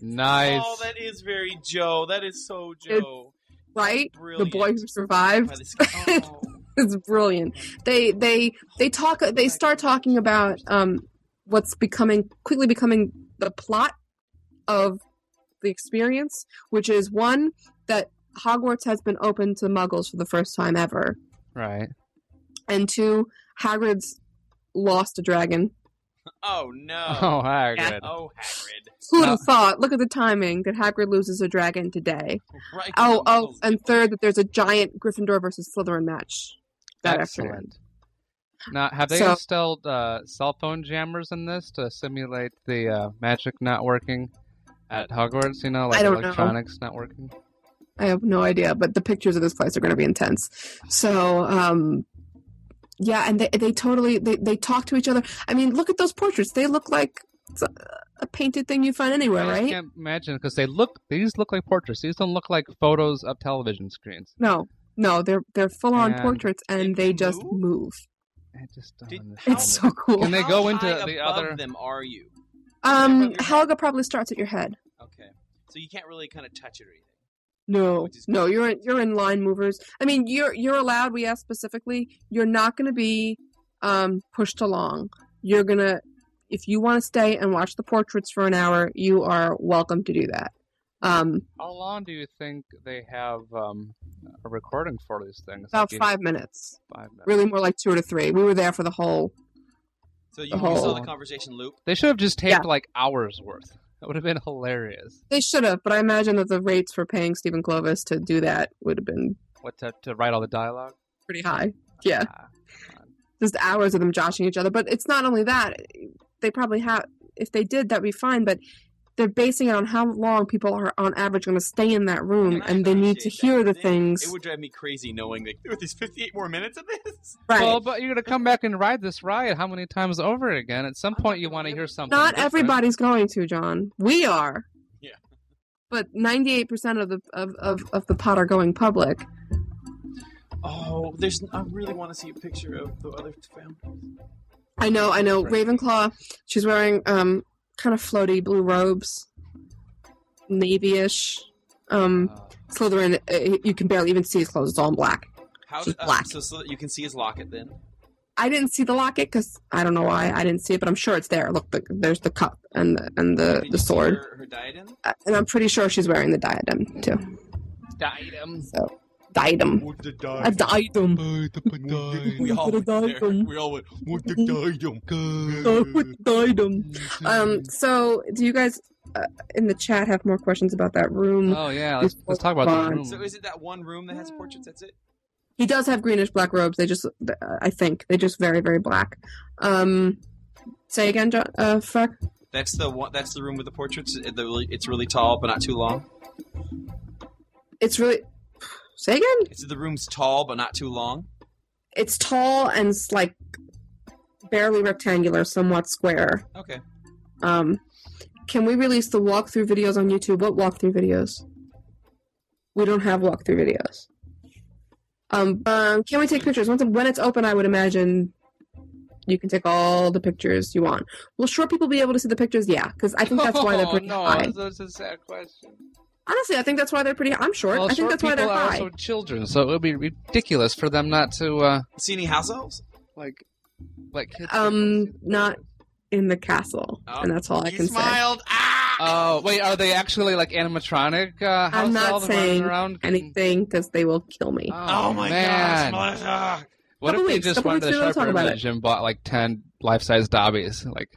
Speaker 7: nice.
Speaker 4: Oh, that is very Joe. That is so Joe.
Speaker 6: Right? <laughs>
Speaker 4: Brilliant.
Speaker 6: The boy who
Speaker 4: By
Speaker 6: survived <laughs>
Speaker 4: the skin- oh.
Speaker 6: is brilliant. They they they talk they start talking about um what's becoming quickly becoming the plot of the experience, which is one that Hogwarts has been open to muggles for the first time ever.
Speaker 7: right.
Speaker 6: And two, Hagrid's lost a dragon.
Speaker 4: oh no.
Speaker 7: <laughs> Oh, Hagrid.
Speaker 4: Oh, Hagrid.
Speaker 6: Who would
Speaker 7: No.
Speaker 6: have thought? Look at the timing that Hagrid loses a dragon today.
Speaker 4: Right.
Speaker 6: Oh, oh,
Speaker 4: Muggles.
Speaker 6: and third, that there's a giant Gryffindor versus Slytherin match that afternoon.
Speaker 7: Excellent. Now, have they
Speaker 6: So-
Speaker 7: installed uh, cell phone jammers in this to simulate the uh, magic not working at Hogwarts? You know, like
Speaker 6: don't know.
Speaker 7: electronics not working.
Speaker 6: I have no idea, but the pictures of this place are going to be intense. So, um, yeah, and they they totally they they talk to each other. I mean, look at those portraits; they look like It's a, a painted thing you find anywhere,
Speaker 7: I just
Speaker 6: right?
Speaker 7: can't imagine because they look. These look like portraits. These don't look like photos of television screens.
Speaker 6: No, no, they're they're full on
Speaker 7: And
Speaker 6: portraits and
Speaker 4: did
Speaker 6: they
Speaker 4: they
Speaker 6: just
Speaker 4: move?
Speaker 6: move.
Speaker 7: I just don't
Speaker 4: Did-
Speaker 7: understand
Speaker 6: It's
Speaker 7: it.
Speaker 6: so cool.
Speaker 7: Can they go
Speaker 4: How
Speaker 7: into
Speaker 4: high
Speaker 7: the
Speaker 4: above
Speaker 7: other-
Speaker 4: them are you?
Speaker 6: Um, Helga probably starts at your head.
Speaker 4: Okay. So you can't really kind of touch it or anything.
Speaker 6: No,
Speaker 4: Which is-
Speaker 6: no, you're in, you're in line movers. I mean, you're you're allowed. We asked specifically. You're not going to be um, pushed along. You're gonna if you want to stay and watch the portraits for an hour, you are welcome to do that. Um,
Speaker 7: How long do you think they have um, a recording for these things?
Speaker 6: about
Speaker 7: Like,
Speaker 6: five minutes,
Speaker 7: five minutes.
Speaker 6: really more like two to three. We were there for the whole.
Speaker 4: So you,
Speaker 6: The
Speaker 4: you saw
Speaker 6: whole-
Speaker 4: the
Speaker 7: Oh.
Speaker 4: conversation loop.
Speaker 7: They should have just taped
Speaker 6: Yeah.
Speaker 7: like hours worth. That would have been hilarious.
Speaker 6: They should have, but I imagine that the rates for paying Stephen Clovis to do that would have been
Speaker 7: What to, to write all the dialogue?
Speaker 6: pretty high. Yeah.
Speaker 7: Ah,
Speaker 6: just hours of them joshing each other. But it's not only that; they probably have. If they did, that'd be fine. But they're basing it on how long people are, on average, going to stay in that room,
Speaker 4: I
Speaker 6: Um, and they need to
Speaker 4: appreciate that.
Speaker 6: hear the
Speaker 4: It-
Speaker 6: things.
Speaker 4: It would drive me crazy knowing that there there's 58 more minutes of this.
Speaker 6: right?
Speaker 7: Well, but you're gonna come back and ride this ride how many times over again? At some point, you want to hear something.
Speaker 6: not
Speaker 7: different.
Speaker 6: everybody's going to, John. We are.
Speaker 4: Yeah.
Speaker 6: But ninety-eight percent of the of, of, of the pot are going public.
Speaker 4: Oh, there's. I really want to see a picture of the other founders.
Speaker 6: I know, I know.
Speaker 7: Right.
Speaker 6: Ravenclaw, she's wearing um kind of floaty blue robes, navy-ish. Um,
Speaker 7: Uh,
Speaker 6: Slytherin, uh, you can barely even see his clothes; it's all in black.
Speaker 4: How?
Speaker 6: She's
Speaker 4: uh,
Speaker 6: black. Uh,
Speaker 4: so, so that you can see his locket then.
Speaker 6: I didn't see the locket because I don't know why I didn't see it, but I'm sure it's there. Look, the, there's the cup and the, and the,
Speaker 4: Did you see
Speaker 6: the sword,
Speaker 4: Her, her diadem.
Speaker 6: Uh, and I'm pretty sure she's wearing the diadem too.
Speaker 7: diadems.
Speaker 6: Diadem,
Speaker 1: What the
Speaker 6: a
Speaker 1: die?
Speaker 6: diadem.
Speaker 4: We all
Speaker 6: Put a
Speaker 4: went there.
Speaker 6: diadem.
Speaker 4: We all went.
Speaker 1: What the die?
Speaker 6: diadem. Um. So, do you guys uh, in the chat have more questions about that room?
Speaker 7: Oh yeah, let's, let's talk about the room.
Speaker 4: So is it that one room that has portraits? That's it.
Speaker 6: He does have greenish black robes. They just, uh, I think, they just very very black. Um. Say again, John. Uh, fuck.
Speaker 4: That's the one. That's the room with the portraits. It- the really- It's really tall, but not too long.
Speaker 6: It's really. Say again.
Speaker 4: It's the room's tall, but not too long.
Speaker 6: It's tall and it's like barely rectangular, somewhat square.
Speaker 4: Okay.
Speaker 6: Um, can we release the walkthrough videos on YouTube? What walkthrough videos? We don't have walkthrough videos. Um, um, can we take pictures? Once when it's open, I would imagine you can take all the pictures you want. Will short people be able to see the pictures? Yeah, because I think that's why they're
Speaker 7: <laughs> Oh,
Speaker 6: pretty
Speaker 7: no,
Speaker 6: high.
Speaker 7: That's a sad question.
Speaker 6: Honestly, I think that's why they're pretty. I'm short.
Speaker 7: Well,
Speaker 6: I think
Speaker 7: short
Speaker 6: that's why they're
Speaker 7: people are
Speaker 6: high.
Speaker 7: also children, so it would be ridiculous for them not to uh,
Speaker 4: See any house elves?
Speaker 7: like like kids.
Speaker 6: Um, not- In the castle,
Speaker 4: Oh,
Speaker 6: and that's all I
Speaker 4: you
Speaker 6: can say.
Speaker 4: smiled. Ah!
Speaker 7: Oh wait, are they actually like animatronic? Uh, house
Speaker 6: I'm not
Speaker 7: elves
Speaker 6: saying
Speaker 7: running around?
Speaker 6: Anything, because they will kill me.
Speaker 4: Oh, my
Speaker 7: man.
Speaker 4: gosh, Melissa!
Speaker 7: What if
Speaker 6: Couple
Speaker 7: they
Speaker 6: weeks,
Speaker 7: just
Speaker 6: couple
Speaker 7: went to
Speaker 6: weeks
Speaker 7: the
Speaker 6: later, we'll
Speaker 7: sharper
Speaker 6: talk about
Speaker 7: image and bought like ten life-size Dobbies?
Speaker 6: <laughs>
Speaker 7: Like,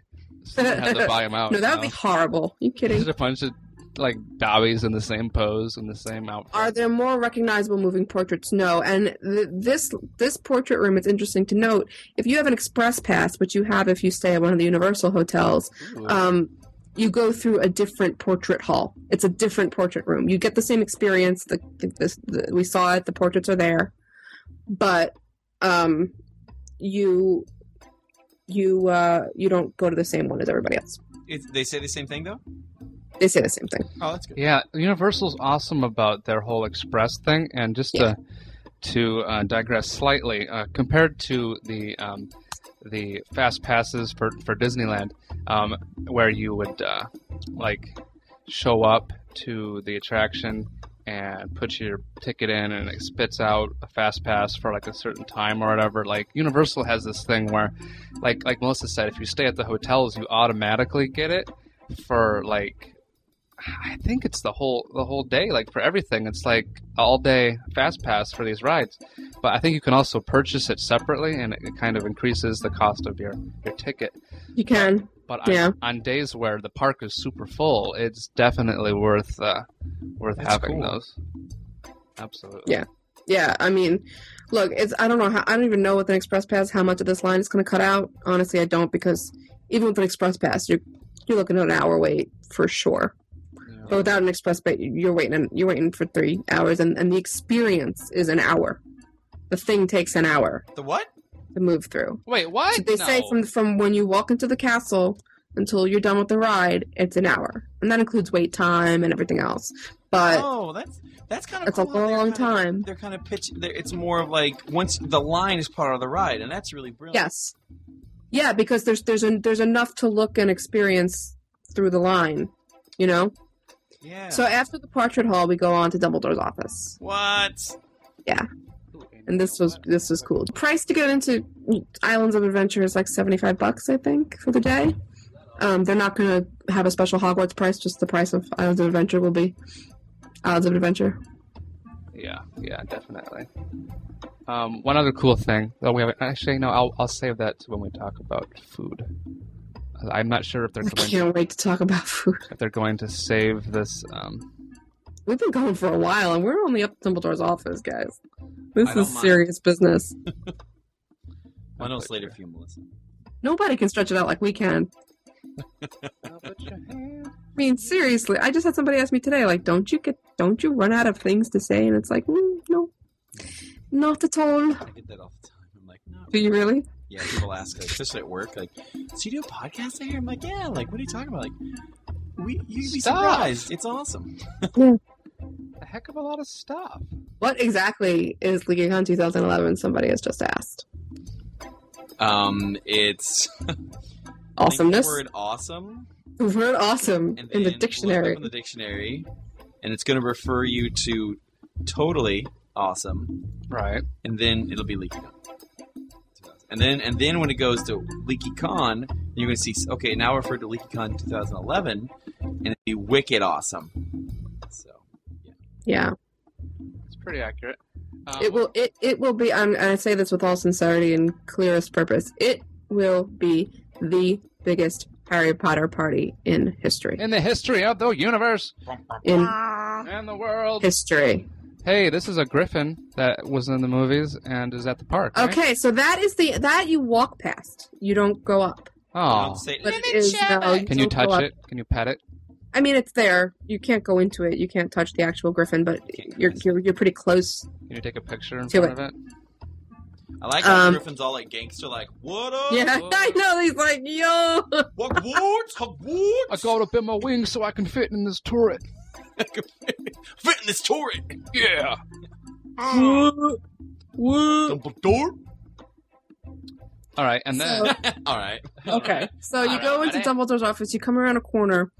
Speaker 7: so they had to buy 'em out.
Speaker 6: no, that
Speaker 7: you
Speaker 6: would be
Speaker 7: know?
Speaker 6: horrible. you kidding?
Speaker 7: Just a bunch of like Dobbies in the same pose and the same outfit.
Speaker 6: Are there more recognizable moving portraits? No. And th- this this portrait room, it's interesting to note. If you have an express pass, which you have if you stay at one of the Universal hotels,
Speaker 7: Ooh.
Speaker 6: um, you go through a different portrait hall. It's a different portrait room. You get the same experience. The, the, the we saw it. The portraits are there, but um, you you uh, you don't go to the same one as everybody else.
Speaker 4: It, they say the same thing though.
Speaker 6: They say the same thing.
Speaker 4: Oh, that's good.
Speaker 7: Yeah, Universal's awesome about their whole express thing, and just
Speaker 6: Yeah.
Speaker 7: to to uh, digress slightly, uh, compared to the um, the fast passes for for Disneyland, um, where you would uh, like show up to the attraction and put your ticket in, and it spits out a fast pass for like a certain time or whatever. Like Universal has this thing where, like like Melissa said, if you stay at the hotels, you automatically get it for like I think it's the whole the whole day, like for everything. It's like all day fast pass for these rides, but I think you can also purchase it separately, and it, it kind of increases the cost of your your ticket.
Speaker 6: You can.
Speaker 7: But
Speaker 6: Yeah.
Speaker 7: on, on days where the park is super full, it's definitely worth uh, worth
Speaker 4: That's
Speaker 7: having
Speaker 4: cool.
Speaker 7: those. Absolutely.
Speaker 6: Yeah. yeah i mean look it's i don't know how i don't even know with an express pass how much of this line is going to cut out honestly i don't because even with an express pass you're you're looking at an hour wait for sure
Speaker 7: Yeah.
Speaker 6: but without an express pass you're waiting you're waiting for three hours and, and the experience is an hour the thing takes an hour
Speaker 4: The what?
Speaker 6: to move through
Speaker 7: Wait, what?
Speaker 6: So they say
Speaker 7: No.
Speaker 6: from from when you walk into the castle until you're done with the ride. It's an hour, and that includes wait time and everything else. But
Speaker 4: oh, that's that's kind of
Speaker 6: it's a
Speaker 4: cool. how they're
Speaker 6: long
Speaker 4: kinda-
Speaker 6: time.
Speaker 4: They're kind of pitch. they're- It's more of like once the line is part of the ride, and that's really brilliant.
Speaker 6: yes, yeah, because there's there's en- there's enough to look and experience through the line, you know.
Speaker 4: Yeah.
Speaker 6: So after the Partridge Hall, we go on to Dumbledore's office.
Speaker 4: what?
Speaker 6: and this was this was cool. Price to get into Islands of Adventure is like seventy five bucks, I think, for the day. Um, they're not going to have a special Hogwarts price; just the price of Islands of Adventure will be Islands of Adventure.
Speaker 7: Yeah, yeah, definitely. Um, one other cool thing that we haven't actually no, I'll I'll save that to when we talk about food. Uh, I'm not sure if they're
Speaker 6: I
Speaker 7: going
Speaker 6: can't wait to talk about <laughs> food.
Speaker 7: if they're going to save this. Um,
Speaker 6: We've been going for a while, and we're only up to Dumbledore's office, guys.
Speaker 4: I
Speaker 6: This
Speaker 4: don't
Speaker 6: is
Speaker 4: mind.
Speaker 6: serious business.
Speaker 4: I know it's later for you, Melissa.
Speaker 6: Nobody can stretch it out like we can. I mean, seriously, I just had somebody ask me today, like, don't you get, don't you run out of things to say? And it's like, mm, no, not at all.
Speaker 4: I get that all the time. I'm like, no.
Speaker 6: Do you really?
Speaker 4: Yeah, people ask, like, especially at work, like, so you do a podcast out here? I'm like, yeah. Like, what are you talking about? Like, we you'd be
Speaker 7: Stop.
Speaker 4: surprised. It's awesome.
Speaker 7: a heck of a lot of stuff.
Speaker 6: What exactly is LeagueCon 2011? Somebody has just asked.
Speaker 4: Um, it's I think
Speaker 6: Awesomeness.
Speaker 4: The word awesome,
Speaker 6: The word awesome
Speaker 4: and
Speaker 6: in the
Speaker 4: then look up
Speaker 6: dictionary.
Speaker 4: in the dictionary, and it's going to refer you to totally awesome,
Speaker 7: Right.
Speaker 4: and then it'll be leaky con. And then and then when it goes to leaky con, you're going to see okay now referred to leaky con 2011, and it'd be wicked awesome. So
Speaker 6: yeah,
Speaker 7: It's pretty accurate. Um,
Speaker 6: it will. It it will be. I'm, and I say this with all sincerity and clearest purpose. It will be the biggest Harry Potter party in history.
Speaker 7: in the history of the universe
Speaker 6: In
Speaker 7: and the world.
Speaker 6: history.
Speaker 7: Hey, this is a griffin that was in the movies and is at the park. right?
Speaker 6: Okay, so that is the that you walk past. You don't go up.
Speaker 4: I don't
Speaker 7: Oh.
Speaker 4: say
Speaker 6: But it is now.
Speaker 7: Can you
Speaker 6: don't go
Speaker 7: touch
Speaker 6: up.
Speaker 7: it? Can you pet it?
Speaker 6: I mean, it's there. You can't go into it. You can't touch the actual griffin, but you're you're, you're pretty close
Speaker 7: Can you take a picture in
Speaker 6: Do
Speaker 7: front of it?
Speaker 4: I like how
Speaker 6: Um,
Speaker 4: Griffin's all like gangster, like what up?
Speaker 6: Yeah, <laughs> I know. He's like, yo.
Speaker 4: What words? What words?
Speaker 7: I got up in my wings so I can fit in this turret.
Speaker 4: fit in this turret.
Speaker 7: Yeah.
Speaker 1: Dumbledore?
Speaker 7: All right, and then
Speaker 6: So-
Speaker 4: all right.
Speaker 7: <laughs>
Speaker 6: okay. So you
Speaker 7: Alright,
Speaker 6: go into
Speaker 7: alright.
Speaker 6: Dumbledore's office. You come around a corner,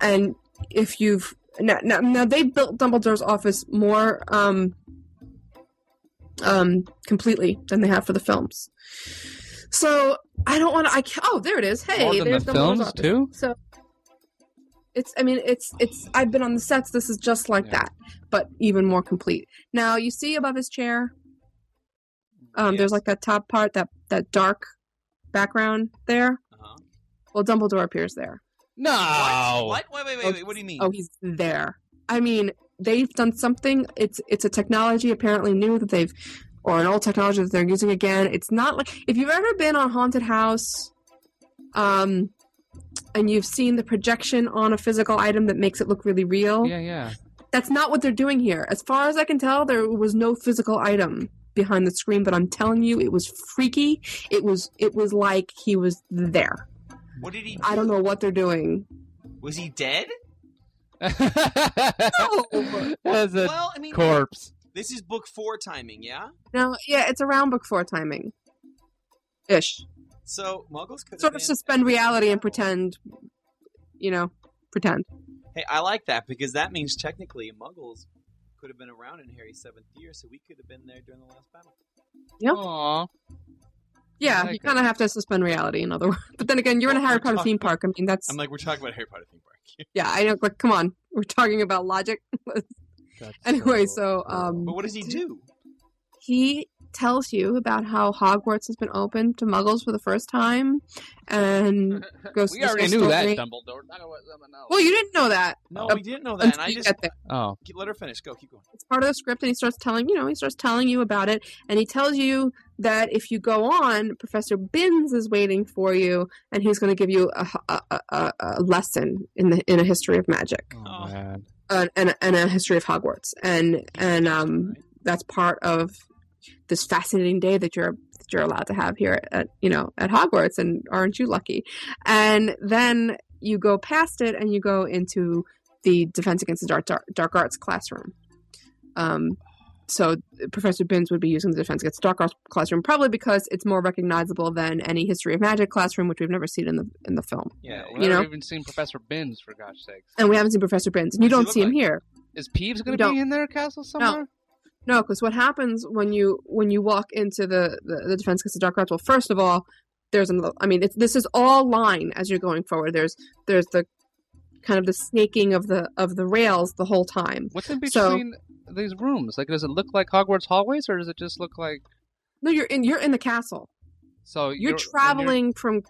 Speaker 6: and if you've now, now, now they built Dumbledore's office more um um completely than they have for the films. So I don't want to. I ca- oh, there it is. Hey,
Speaker 7: more than
Speaker 6: there's
Speaker 7: the
Speaker 6: Dumbledore's
Speaker 7: films
Speaker 6: office.
Speaker 7: too.
Speaker 6: So it's I mean it's it's I've been on the sets this is just like
Speaker 7: Yeah.
Speaker 6: that but even more complete. Now you see above his chair um
Speaker 4: Yes.
Speaker 6: there's like that top part that that dark background there.
Speaker 4: Uh-huh.
Speaker 6: Well Dumbledore appears there.
Speaker 7: No.
Speaker 4: What? What? Wait, wait, wait, wait. What do you mean?
Speaker 6: Oh, he's there. I mean, they've done something. It's it's a technology apparently new that they've or an old technology that they're using again. It's not like if you've ever been on haunted house um and you've seen the projection on a physical item that makes it look really real.
Speaker 7: Yeah, yeah.
Speaker 6: That's not what they're doing here. As far as I can tell, there was no physical item behind the screen, but I'm telling you, it was freaky. It was it was like he was there.
Speaker 4: What did he? Do?
Speaker 6: I don't know what they're doing.
Speaker 4: Was he dead?
Speaker 7: <laughs> As a
Speaker 4: well, I mean,
Speaker 7: corpse.
Speaker 4: this is book four timing, yeah.
Speaker 6: No, yeah, it's around book four timing. Ish.
Speaker 4: So muggles could have
Speaker 6: Sort of
Speaker 4: been-
Speaker 6: suspend reality and pretend you know, pretend.
Speaker 4: Hey, I like that because that means technically muggles could have been around in Harry's seventh year, so we could have been there during the last battle.
Speaker 7: Aw.
Speaker 6: Yeah,
Speaker 7: like
Speaker 6: you kinda have to suspend reality, in other <laughs> words. But then again, you're in a
Speaker 4: Well,
Speaker 6: Harry
Speaker 4: we're
Speaker 6: Potter
Speaker 4: talking-
Speaker 6: theme park. I mean that's
Speaker 4: I'm like, we're talking about Harry Potter theme park.
Speaker 6: yeah, I know like come on. <laughs> We're talking about logic.
Speaker 7: That's
Speaker 6: <laughs> anyway, so
Speaker 7: cool.
Speaker 6: um
Speaker 4: but what does he do?
Speaker 6: he tells you about how Hogwarts has been opened to Muggles for the first time, and goes.
Speaker 7: we
Speaker 6: to the
Speaker 7: already
Speaker 6: school
Speaker 7: knew that,
Speaker 6: story.
Speaker 7: Dumbledore. Not gonna let someone else.
Speaker 6: Well, you didn't know that
Speaker 4: No,
Speaker 6: Uh,
Speaker 4: we didn't know that,
Speaker 6: until
Speaker 4: and I
Speaker 6: you <laughs>
Speaker 4: just
Speaker 6: get there.
Speaker 7: Oh,
Speaker 4: Keep- let her finish. Go, keep going.
Speaker 6: It's part of the script, and he starts telling you know he starts telling you about it, and he tells you that if you go on, Professor Binns is waiting for you, and he's going to give you a, a, a- a, a lesson in the in a history of magic
Speaker 7: oh,
Speaker 4: Oh.
Speaker 7: man.
Speaker 6: uh, and and a history of Hogwarts, and and um that's part of this fascinating day that you're that you're allowed to have here at you know at Hogwarts, and aren't you lucky? And then you go past it and you go into the Defense Against the Dark Dark, dark Arts classroom. Um, so Professor Binns would be using the Defense Against the Dark Arts classroom probably because it's more recognizable than any History of Magic classroom, which we've never seen in the in the film,
Speaker 7: Yeah,
Speaker 6: You
Speaker 7: we
Speaker 6: know?
Speaker 7: haven't even seen Professor Binns for gosh sakes.
Speaker 6: and we haven't seen Professor Binns, and you
Speaker 4: What does he
Speaker 6: don't
Speaker 4: look
Speaker 6: see him
Speaker 4: like?
Speaker 6: here.
Speaker 7: Is Peeves going
Speaker 6: We
Speaker 7: to
Speaker 6: don't-
Speaker 7: be in their castle somewhere?
Speaker 6: No, because what happens when you when you walk into the the, the defense against the dark arts? Well, first of all, there's another. I mean, it's, this is all line as you're going forward. There's there's the kind of the snaking of the of the rails the whole time.
Speaker 7: What's in
Speaker 6: So-
Speaker 7: between these rooms? Like, does it look like Hogwarts hallways, or does it just look like
Speaker 6: No, you're in you're in the castle.
Speaker 7: so?
Speaker 6: You're,
Speaker 7: when
Speaker 6: traveling from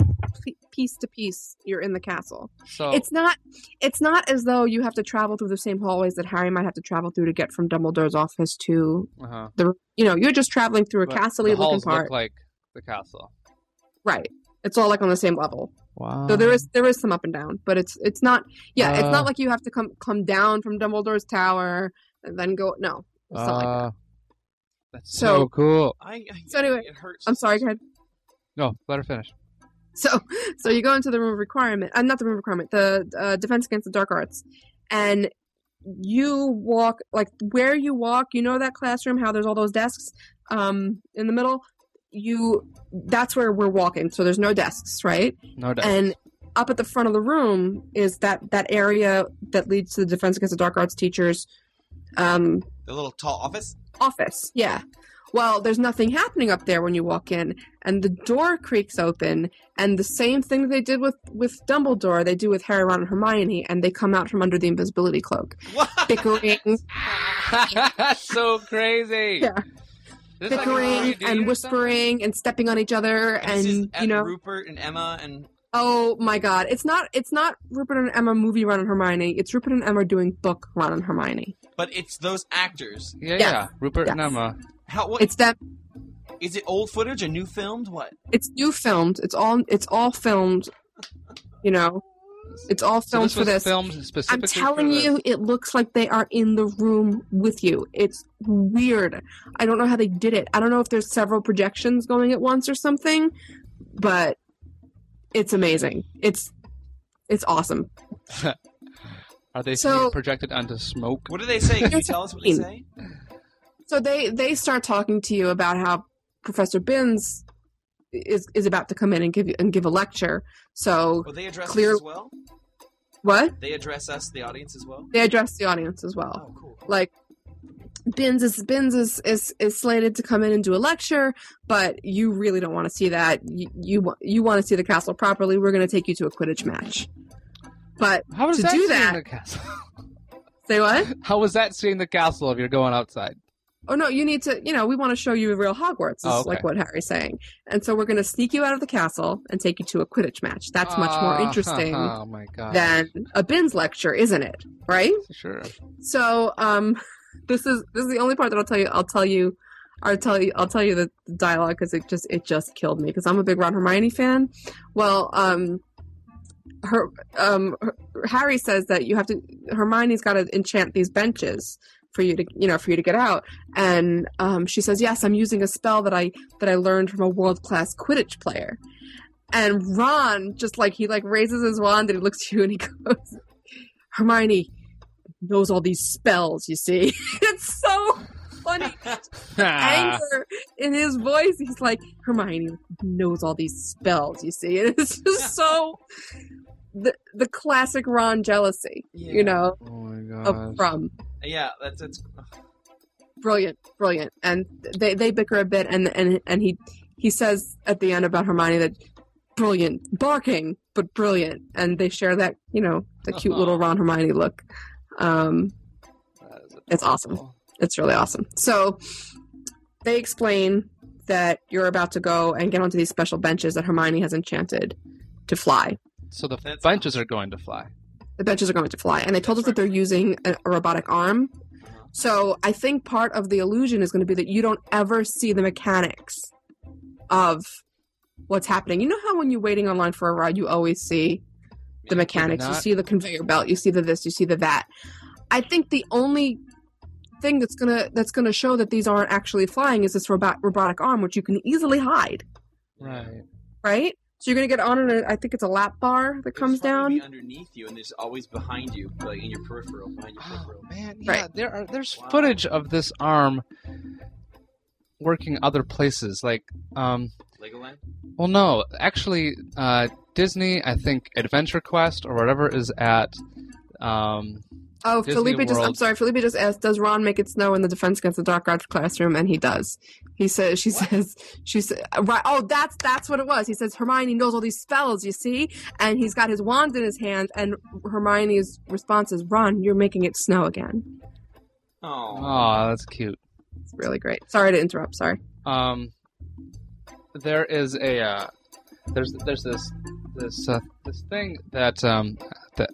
Speaker 6: p- piece to piece. You're in the castle.
Speaker 7: so uh-huh,
Speaker 6: It's not it's not as though you have to travel through the same hallways that Harry might have to travel through to get from Dumbledore's office to
Speaker 7: uh-huh.
Speaker 6: the you know you're just traveling through a
Speaker 7: But
Speaker 6: castle
Speaker 7: the
Speaker 6: looking
Speaker 7: halls
Speaker 6: part.
Speaker 7: look like the castle.
Speaker 6: right. It's all like on the same level.
Speaker 7: Wow.
Speaker 6: So there is there is some up and down, but it's it's not yeah, it's
Speaker 7: Um, Uh.
Speaker 6: not like you have to come come down from Dumbledore's tower and then go no. It's not like that.
Speaker 7: That's so,
Speaker 6: So-
Speaker 7: cool.
Speaker 4: I, I,
Speaker 6: So anyway,
Speaker 4: it hurts.
Speaker 6: I'm sorry, go ahead. <laughs>
Speaker 7: No, let her finish.
Speaker 6: So so you go into the room of requirement, uh, not the room of requirement, the uh, defense against the dark arts, and you walk like where you walk. You know that classroom, how there's all those desks um, in the middle. You that's where we're walking. So there's no desks, right?
Speaker 7: No doubt.
Speaker 6: and up at the front of the room is that that area that leads to the defense against the dark arts teachers um
Speaker 4: The little tall
Speaker 6: <laughs>
Speaker 4: office.
Speaker 6: office yeah well there's nothing happening up there when you walk in and the door creaks open and the same thing that they did with with dumbledore they do with harry ron and hermione and they come out from under the invisibility
Speaker 4: <laughs>
Speaker 6: cloak
Speaker 4: What?
Speaker 6: bickering
Speaker 7: That's <laughs> so crazy.
Speaker 6: Yeah.
Speaker 7: This is like
Speaker 6: bickering
Speaker 7: RVD or something?
Speaker 6: and whispering and stepping on each other and,
Speaker 4: this is at
Speaker 6: you know
Speaker 4: Rupert and Emma and
Speaker 6: Oh my god. It's not it's not Rupert and Emma movie Ron and Hermione. It's Rupert and Emma doing book Ron and Hermione.
Speaker 4: but it's those actors.
Speaker 7: Yeah,
Speaker 6: Yes.
Speaker 7: yeah. Rupert and
Speaker 6: Yes.
Speaker 7: Emma.
Speaker 4: How what is
Speaker 6: It's them
Speaker 4: it old footage or new filmed? What?
Speaker 6: it's new filmed. It's all it's all filmed. You know. It's all
Speaker 7: So
Speaker 6: filmed
Speaker 7: this
Speaker 6: for
Speaker 7: was
Speaker 6: this.
Speaker 7: filmed
Speaker 6: I'm
Speaker 7: specifically
Speaker 6: telling
Speaker 7: for
Speaker 6: you,
Speaker 7: this.
Speaker 6: it looks like they are in the room with you. It's weird. I don't know how they did it. I don't know if there's several projections going at once or something, but it's amazing. It's it's awesome.
Speaker 7: Are they
Speaker 6: So-
Speaker 7: being projected onto smoke?
Speaker 4: What do they say? Can you
Speaker 6: Here's
Speaker 4: tell us what they
Speaker 6: the
Speaker 4: say?
Speaker 6: So they they start talking to you about how Professor Binns is is about to come in and give you, and give a lecture. So
Speaker 4: Will they address
Speaker 6: Clear-
Speaker 4: us as well?
Speaker 6: what
Speaker 4: They address us, the audience, as well.
Speaker 6: they address the audience as well.
Speaker 4: Oh, cool.
Speaker 6: Like Binns is Binns is, is is slated to come in and do a lecture, but you really don't want to see that. You you, wa- you want to see the castle properly. We're going to take you to a Quidditch match. But
Speaker 7: How was
Speaker 6: To
Speaker 7: that
Speaker 6: do
Speaker 7: seeing
Speaker 6: that-
Speaker 7: the castle? <laughs>
Speaker 6: say what?
Speaker 7: How was that seeing the castle if you're going outside?
Speaker 6: oh no, you need to, you know, we want to show you real Hogwarts, is
Speaker 7: Oh, okay.
Speaker 6: like what Harry's saying. And so we're going to sneak you out of the castle and take you to a Quidditch match. That's much more
Speaker 7: Ah, <laughs>
Speaker 6: interesting
Speaker 7: Oh my god.
Speaker 6: than a Binns lecture, isn't it? Right?
Speaker 7: Sure. <laughs>
Speaker 6: So, um, <laughs> this is this is the only part that I'll tell you. I'll tell you, I'll tell you, I'll tell you the the dialogue because it just it just killed me because I'm a big Ron Hermione fan. Well, um, her um her, Harry says that you have to Hermione's got to enchant these benches for you to you know for you to get out, and um, she says yes, I'm using a spell that I that I learned from a world class Quidditch player. And Ron just like he like raises his wand and he looks at you and he <laughs> goes, Hermione, knows all these spells, you see. <laughs> it's so funny. Anger in his voice. He's like, Hermione knows all these spells, you see. <laughs> And it's just so the the classic Ron jealousy,
Speaker 4: Yeah.
Speaker 6: you know,
Speaker 7: Oh my
Speaker 6: of
Speaker 7: god.
Speaker 6: from.
Speaker 4: Yeah, that's that's.
Speaker 6: Brilliant, brilliant. And they, they bicker a bit and and and he he says at the end about Hermione that brilliant, barking, but brilliant. And they share that, you know, the cute little Ron Hermione look. Um It's awesome. it's really awesome. So they explain that you're about to go and get onto these special benches that Hermione has enchanted to fly.
Speaker 7: So the
Speaker 4: That's-
Speaker 7: bunches are going to fly.
Speaker 6: The benches are going to fly, and they told us that they're using a, a robotic arm. So I think part of the illusion is going to be that you don't ever see the mechanics of what's happening. You know how when you're waiting online for a ride, you always see the mechanics. You
Speaker 7: not-
Speaker 6: see the conveyor belt. You see the this. You see the that. I think the only thing that's gonna that's gonna show that these aren't actually flying is this robot, robotic arm, which you can easily hide,
Speaker 7: Right.
Speaker 6: right? So you're gonna get on, and I think it's a lap bar that comes down.
Speaker 4: underneath you, and there's always behind you, like in your peripheral, behind your <gasps>
Speaker 7: Oh
Speaker 4: peripheral.
Speaker 7: man, yeah.
Speaker 6: Right.
Speaker 7: There are there's
Speaker 4: Wow.
Speaker 7: footage of this arm working other places. Like, um,
Speaker 4: Legoland.
Speaker 7: well, no, actually, uh, Disney. I think Adventure Quest or whatever is at. Um,
Speaker 6: Oh,
Speaker 7: Disney
Speaker 6: Felipe just, I'm
Speaker 7: World.
Speaker 6: sorry, Felipe just asked, does Ron make it snow in the Defense Against the Dark Arts classroom? And he does. He says, she says, she says, right, oh, that's, that's what it was. He says, Hermione knows all these spells, you see? And he's got his wand in his hand, and Hermione's response is, Ron, you're making it snow again.
Speaker 4: Oh,
Speaker 7: oh, that's cute.
Speaker 6: It's really great. Sorry to interrupt, sorry.
Speaker 7: Um, there is a uh, there's there's this this uh, this thing that um that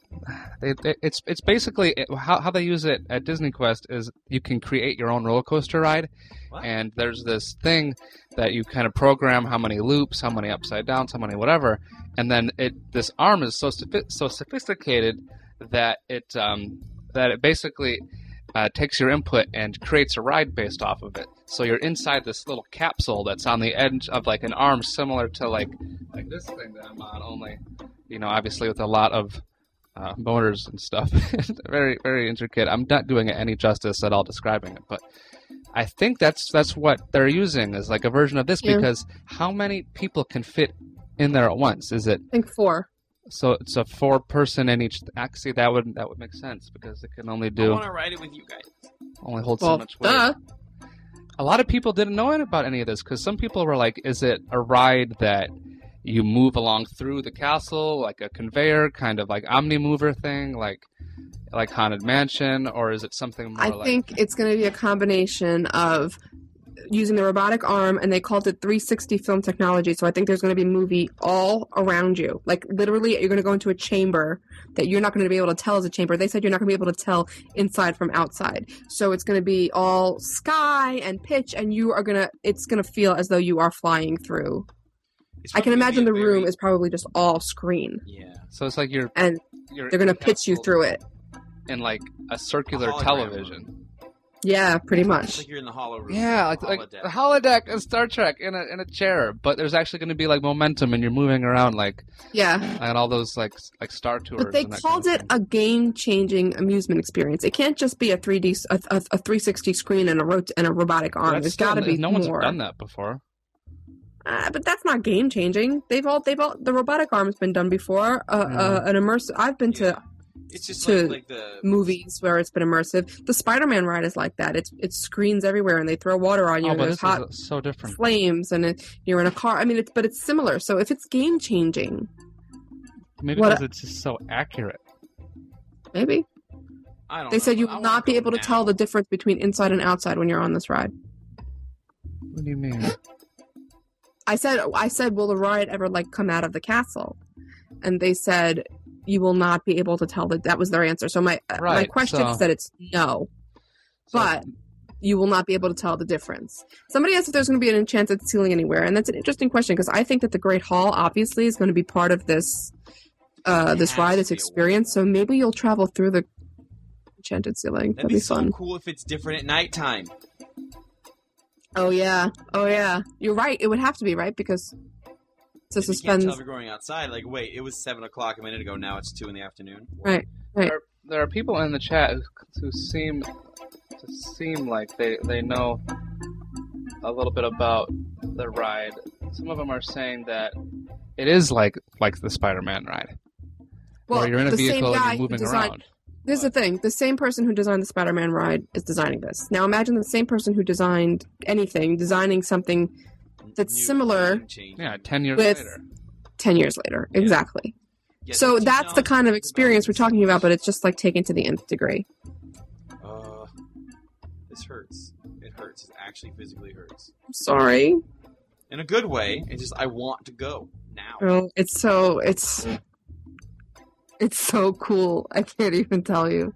Speaker 7: it, it- it's it's basically it, how how they use it at Disney Quest is you can create your own roller coaster ride,
Speaker 4: What?
Speaker 7: and there's this thing that you kind of program how many loops, how many upside downs, how many whatever, and then it this arm is so sophi- so sophisticated that it um that it basically uh, takes your input and creates a ride based off of it. So you're inside this little capsule that's on the edge of like an arm, similar to like like this thing that I'm on, only you know, obviously with a lot of uh, motors and stuff. <laughs> very very intricate. I'm not doing it any justice at all describing it, but I think that's that's what they're using is like a version of this
Speaker 6: Yeah.
Speaker 7: because how many people can fit in there at once? Is it
Speaker 6: I think four.
Speaker 7: so? It's a four person in each. Actually, that would that would make sense because it can only
Speaker 4: I
Speaker 7: do
Speaker 4: want to ride it with you guys.
Speaker 7: only hold so
Speaker 6: Well,
Speaker 7: much weight
Speaker 6: duh.
Speaker 7: a lot of people didn't know it about any of this because some people were like, is it a ride that you move along through the castle, like a conveyor, kind of like Omni Mover thing, like like Haunted Mansion, or is it something more
Speaker 6: I
Speaker 7: like
Speaker 6: think it's going to be a combination of using the robotic arm, and they called it 360 film technology. So I think there's going to be movie all around you. Like literally, you're going to go into a chamber that you're not going to be able to tell is a chamber. They said you're not going to be able to tell inside from outside. So it's going to be all sky and pitch, and you are going to. It's going to feel as though you are flying through.
Speaker 4: It's
Speaker 6: I
Speaker 4: probably
Speaker 6: can
Speaker 4: gonna
Speaker 6: imagine
Speaker 4: be
Speaker 6: the
Speaker 4: a very-
Speaker 6: room is probably just all screen,
Speaker 4: Yeah.
Speaker 7: so? It's like you're
Speaker 6: and
Speaker 7: you're
Speaker 6: they're going to pitch you
Speaker 7: encapsulated
Speaker 6: through it.
Speaker 7: in like a circular
Speaker 4: A hologram.
Speaker 7: television.
Speaker 6: Yeah, pretty
Speaker 4: It's
Speaker 6: much.
Speaker 4: like you're in the hollow room.
Speaker 7: Yeah, like like
Speaker 4: Holodeck.
Speaker 7: the holodeck of Star Trek in a in a chair, but there's actually going to be like momentum, and you're moving around like
Speaker 6: Yeah.
Speaker 7: and all those like s- like Star Tours.
Speaker 6: But they
Speaker 7: and that
Speaker 6: called
Speaker 7: kind
Speaker 6: it
Speaker 7: of
Speaker 6: a game-changing amusement experience. It can't just be a 3D, s- a, a, a 360 screen and a rot- and a robotic
Speaker 7: thing.
Speaker 6: arm.
Speaker 7: That's
Speaker 6: There's got to
Speaker 7: still-
Speaker 6: be
Speaker 7: no
Speaker 6: more.
Speaker 7: one's done that before.
Speaker 6: Uh, but that's not game-changing. They've all they've all the robotic arm's been done before. Uh,
Speaker 7: Mm-hmm.
Speaker 6: uh, an immersive. I've been
Speaker 4: Yeah.
Speaker 6: to
Speaker 4: It's just
Speaker 6: to
Speaker 4: like, like the
Speaker 6: movies where it's been immersive. The Spider-Man ride is like that. It's it's screens everywhere and they throw water on you
Speaker 7: Oh,
Speaker 6: and
Speaker 7: but
Speaker 6: there's
Speaker 7: this
Speaker 6: hot
Speaker 7: is so different.
Speaker 6: flames and it, you're in a car. I mean, it's but it's similar. So if it's game-changing,
Speaker 7: Maybe
Speaker 6: What-
Speaker 7: because it's just so accurate.
Speaker 6: maybe
Speaker 7: Oh,
Speaker 4: I don't
Speaker 6: they
Speaker 4: know,
Speaker 6: said you
Speaker 4: I
Speaker 6: will
Speaker 4: wanna
Speaker 6: not be
Speaker 4: go
Speaker 6: able to
Speaker 4: now.
Speaker 6: tell the difference between inside and outside when you're on this ride.
Speaker 7: What do you mean?
Speaker 6: I said, I said, will the riot ever like come out of the castle? And they said, you will not be able to tell that. That was their answer. So my uh, my
Speaker 7: Right,
Speaker 6: question
Speaker 7: so-
Speaker 6: is that it's no, but you will not be able to tell the difference. Somebody asked if there's going to be an enchanted ceiling anywhere, and that's an interesting question because I think that the Great Hall obviously is going to be part of this uh,
Speaker 4: It
Speaker 6: this
Speaker 4: has
Speaker 6: ride,
Speaker 4: to
Speaker 6: this
Speaker 4: be a
Speaker 6: experience. So maybe you'll travel through the enchanted ceiling.
Speaker 4: That'd
Speaker 6: That'd,
Speaker 4: be,
Speaker 6: be
Speaker 4: so
Speaker 6: fun.
Speaker 4: cool if it's different at nighttime.
Speaker 6: Oh yeah, oh yeah. You're right. It would have to be right because to
Speaker 4: If you can't
Speaker 6: suspend.
Speaker 4: tell if you're going outside. Like, wait, it was seven o'clock a minute ago. Now it's two in the afternoon.
Speaker 6: Right.
Speaker 7: There are people in the chat who, who seem to seem like they, they know a little bit about the ride. Some of them are saying that it is like like the Spider-Man ride,
Speaker 6: Well,
Speaker 7: where you're in a
Speaker 6: the same
Speaker 7: vehicle
Speaker 6: guy
Speaker 7: and
Speaker 6: who
Speaker 7: you're moving
Speaker 6: designed-
Speaker 7: around.
Speaker 6: Here's the thing: the same person who designed the Spider-Man ride is designing this. Now, imagine the same person who designed anything designing something That's similar.
Speaker 7: Yeah, ten years
Speaker 6: With-
Speaker 7: later.
Speaker 6: ten years later.
Speaker 4: Yeah.
Speaker 6: Exactly. so that's the kind of experience we're talking about, but it's just like taken to the nth degree.
Speaker 4: Uh, this hurts. It hurts. It actually physically hurts.
Speaker 6: I'm sorry.
Speaker 4: In a good way. It just I want to go now.
Speaker 6: Oh, it's so it's it's so cool. I can't even tell you.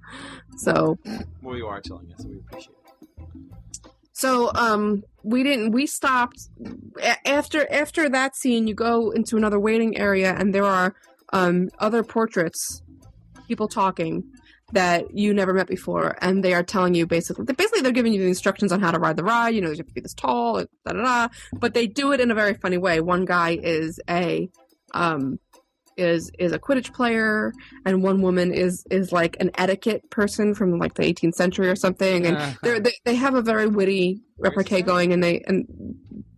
Speaker 6: So
Speaker 4: Well, you are telling us. We appreciate it.
Speaker 6: So um we didn't we stopped a- after after that scene you go into another waiting area and there are um other portraits people talking that you never met before, and they are telling you basically, they- basically they're giving you the instructions on how to ride the ride. You know, you have to be this tall, da da da. But they do it in a very funny way. One guy is a, um, is is a Quidditch player, and one woman is is like an etiquette person from like the 18th century or something, and they're, they they have a very witty repartee going, and they and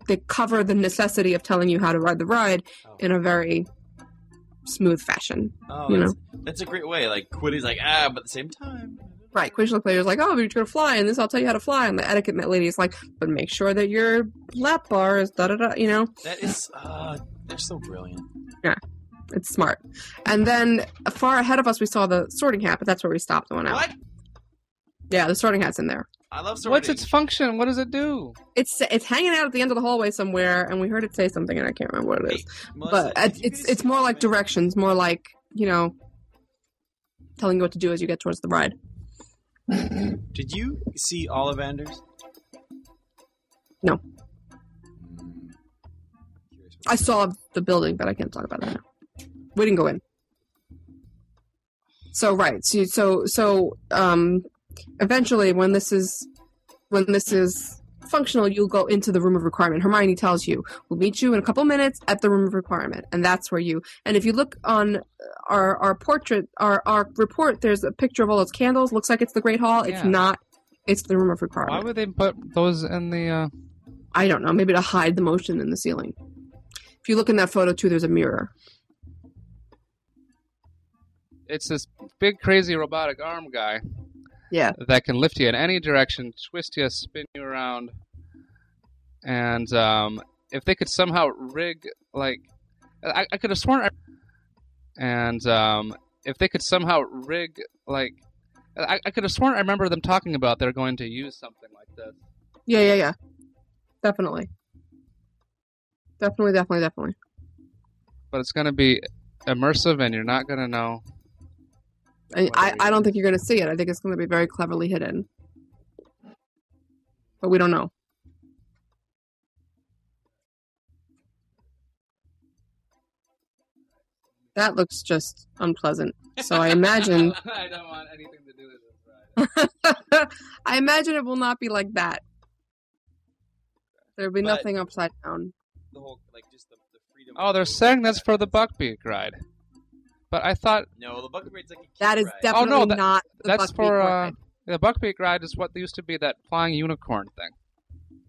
Speaker 6: they cover the necessity of telling you how to ride the ride in a very smooth fashion.
Speaker 4: Oh,
Speaker 6: You
Speaker 4: that's, that's a great way. Like Quiddy's like ah, but at the same time,
Speaker 6: Right, Quidditch players like, oh, you're gonna fly, and this I'll tell you how to fly, and the etiquette lady is like, but make sure that your lap bar is da da da. You know,
Speaker 4: that is uh, they're so brilliant.
Speaker 6: it's smart. And then far ahead of us, we saw the Sorting Hat, but that's where we stopped the one out.
Speaker 4: What?
Speaker 6: Yeah, the Sorting Hat's in there.
Speaker 4: I love sorting.
Speaker 7: What's its <laughs> function? What does it do?
Speaker 6: It's it's hanging out at the end of the hallway somewhere, and we heard it say something, and I can't remember what it is.
Speaker 4: Melissa,
Speaker 6: but
Speaker 4: did
Speaker 6: it's
Speaker 4: you
Speaker 6: it's,
Speaker 4: guys
Speaker 6: it's
Speaker 4: see
Speaker 6: more
Speaker 4: that
Speaker 6: like
Speaker 4: thing?
Speaker 6: directions, more like you know, telling you what to do as you get towards the ride.
Speaker 4: Did you see Ollivanders?
Speaker 6: No.
Speaker 4: Hmm. Curious what-
Speaker 6: I saw the building, but I can't talk about it now. We didn't go in. So right, so so so um, eventually when this is when this is functional, you'll go into the room of requirement. Hermione tells you, "We'll meet you in a couple minutes at the room of requirement," and that's where you. And if you look on our our portrait, our our report, there's a picture of all those candles. Looks like it's the Great Hall. It's
Speaker 7: Yeah.
Speaker 6: not. It's the room of
Speaker 7: Why
Speaker 6: requirement.
Speaker 7: would they put those in the? Uh...
Speaker 6: I don't know. Maybe to hide the motion in the ceiling. If you look in that photo too, there's a mirror.
Speaker 7: It's this big crazy robotic arm guy.
Speaker 6: Yeah.
Speaker 7: That can lift you in any direction, twist you, spin you around, and um, if they could somehow rig like, I, I could have sworn, I... and um, if they could somehow rig like, I, I could have sworn I remember them talking about they're going to use something like this.
Speaker 6: Yeah, yeah, yeah. Definitely. Definitely, definitely, definitely.
Speaker 7: but it's going to be immersive and you're not going to know.
Speaker 6: And I,
Speaker 7: Whatever.
Speaker 6: I don't think you're going to see it. I think it's going to be very cleverly hidden. But we don't know. That looks just unpleasant. So I
Speaker 7: <laughs>
Speaker 6: imagine
Speaker 7: <laughs>
Speaker 6: <laughs>
Speaker 7: I don't want anything to do with this.
Speaker 6: I imagine it will not be like that. There'll be
Speaker 4: But-
Speaker 6: nothing upside down.
Speaker 4: The whole, like, just the, the freedom
Speaker 7: Oh,
Speaker 4: of
Speaker 7: they're
Speaker 4: movement.
Speaker 7: saying that's for the Buckbeak ride. But I thought
Speaker 4: No, the bucket rate's like a kid
Speaker 6: That is
Speaker 4: ride.
Speaker 7: Oh,
Speaker 6: definitely
Speaker 7: no, that-
Speaker 6: not. The
Speaker 7: that's
Speaker 6: Buckbeak
Speaker 7: for uh,
Speaker 6: ride.
Speaker 7: the Buckbeak ride is what used to be that flying unicorn thing. <laughs>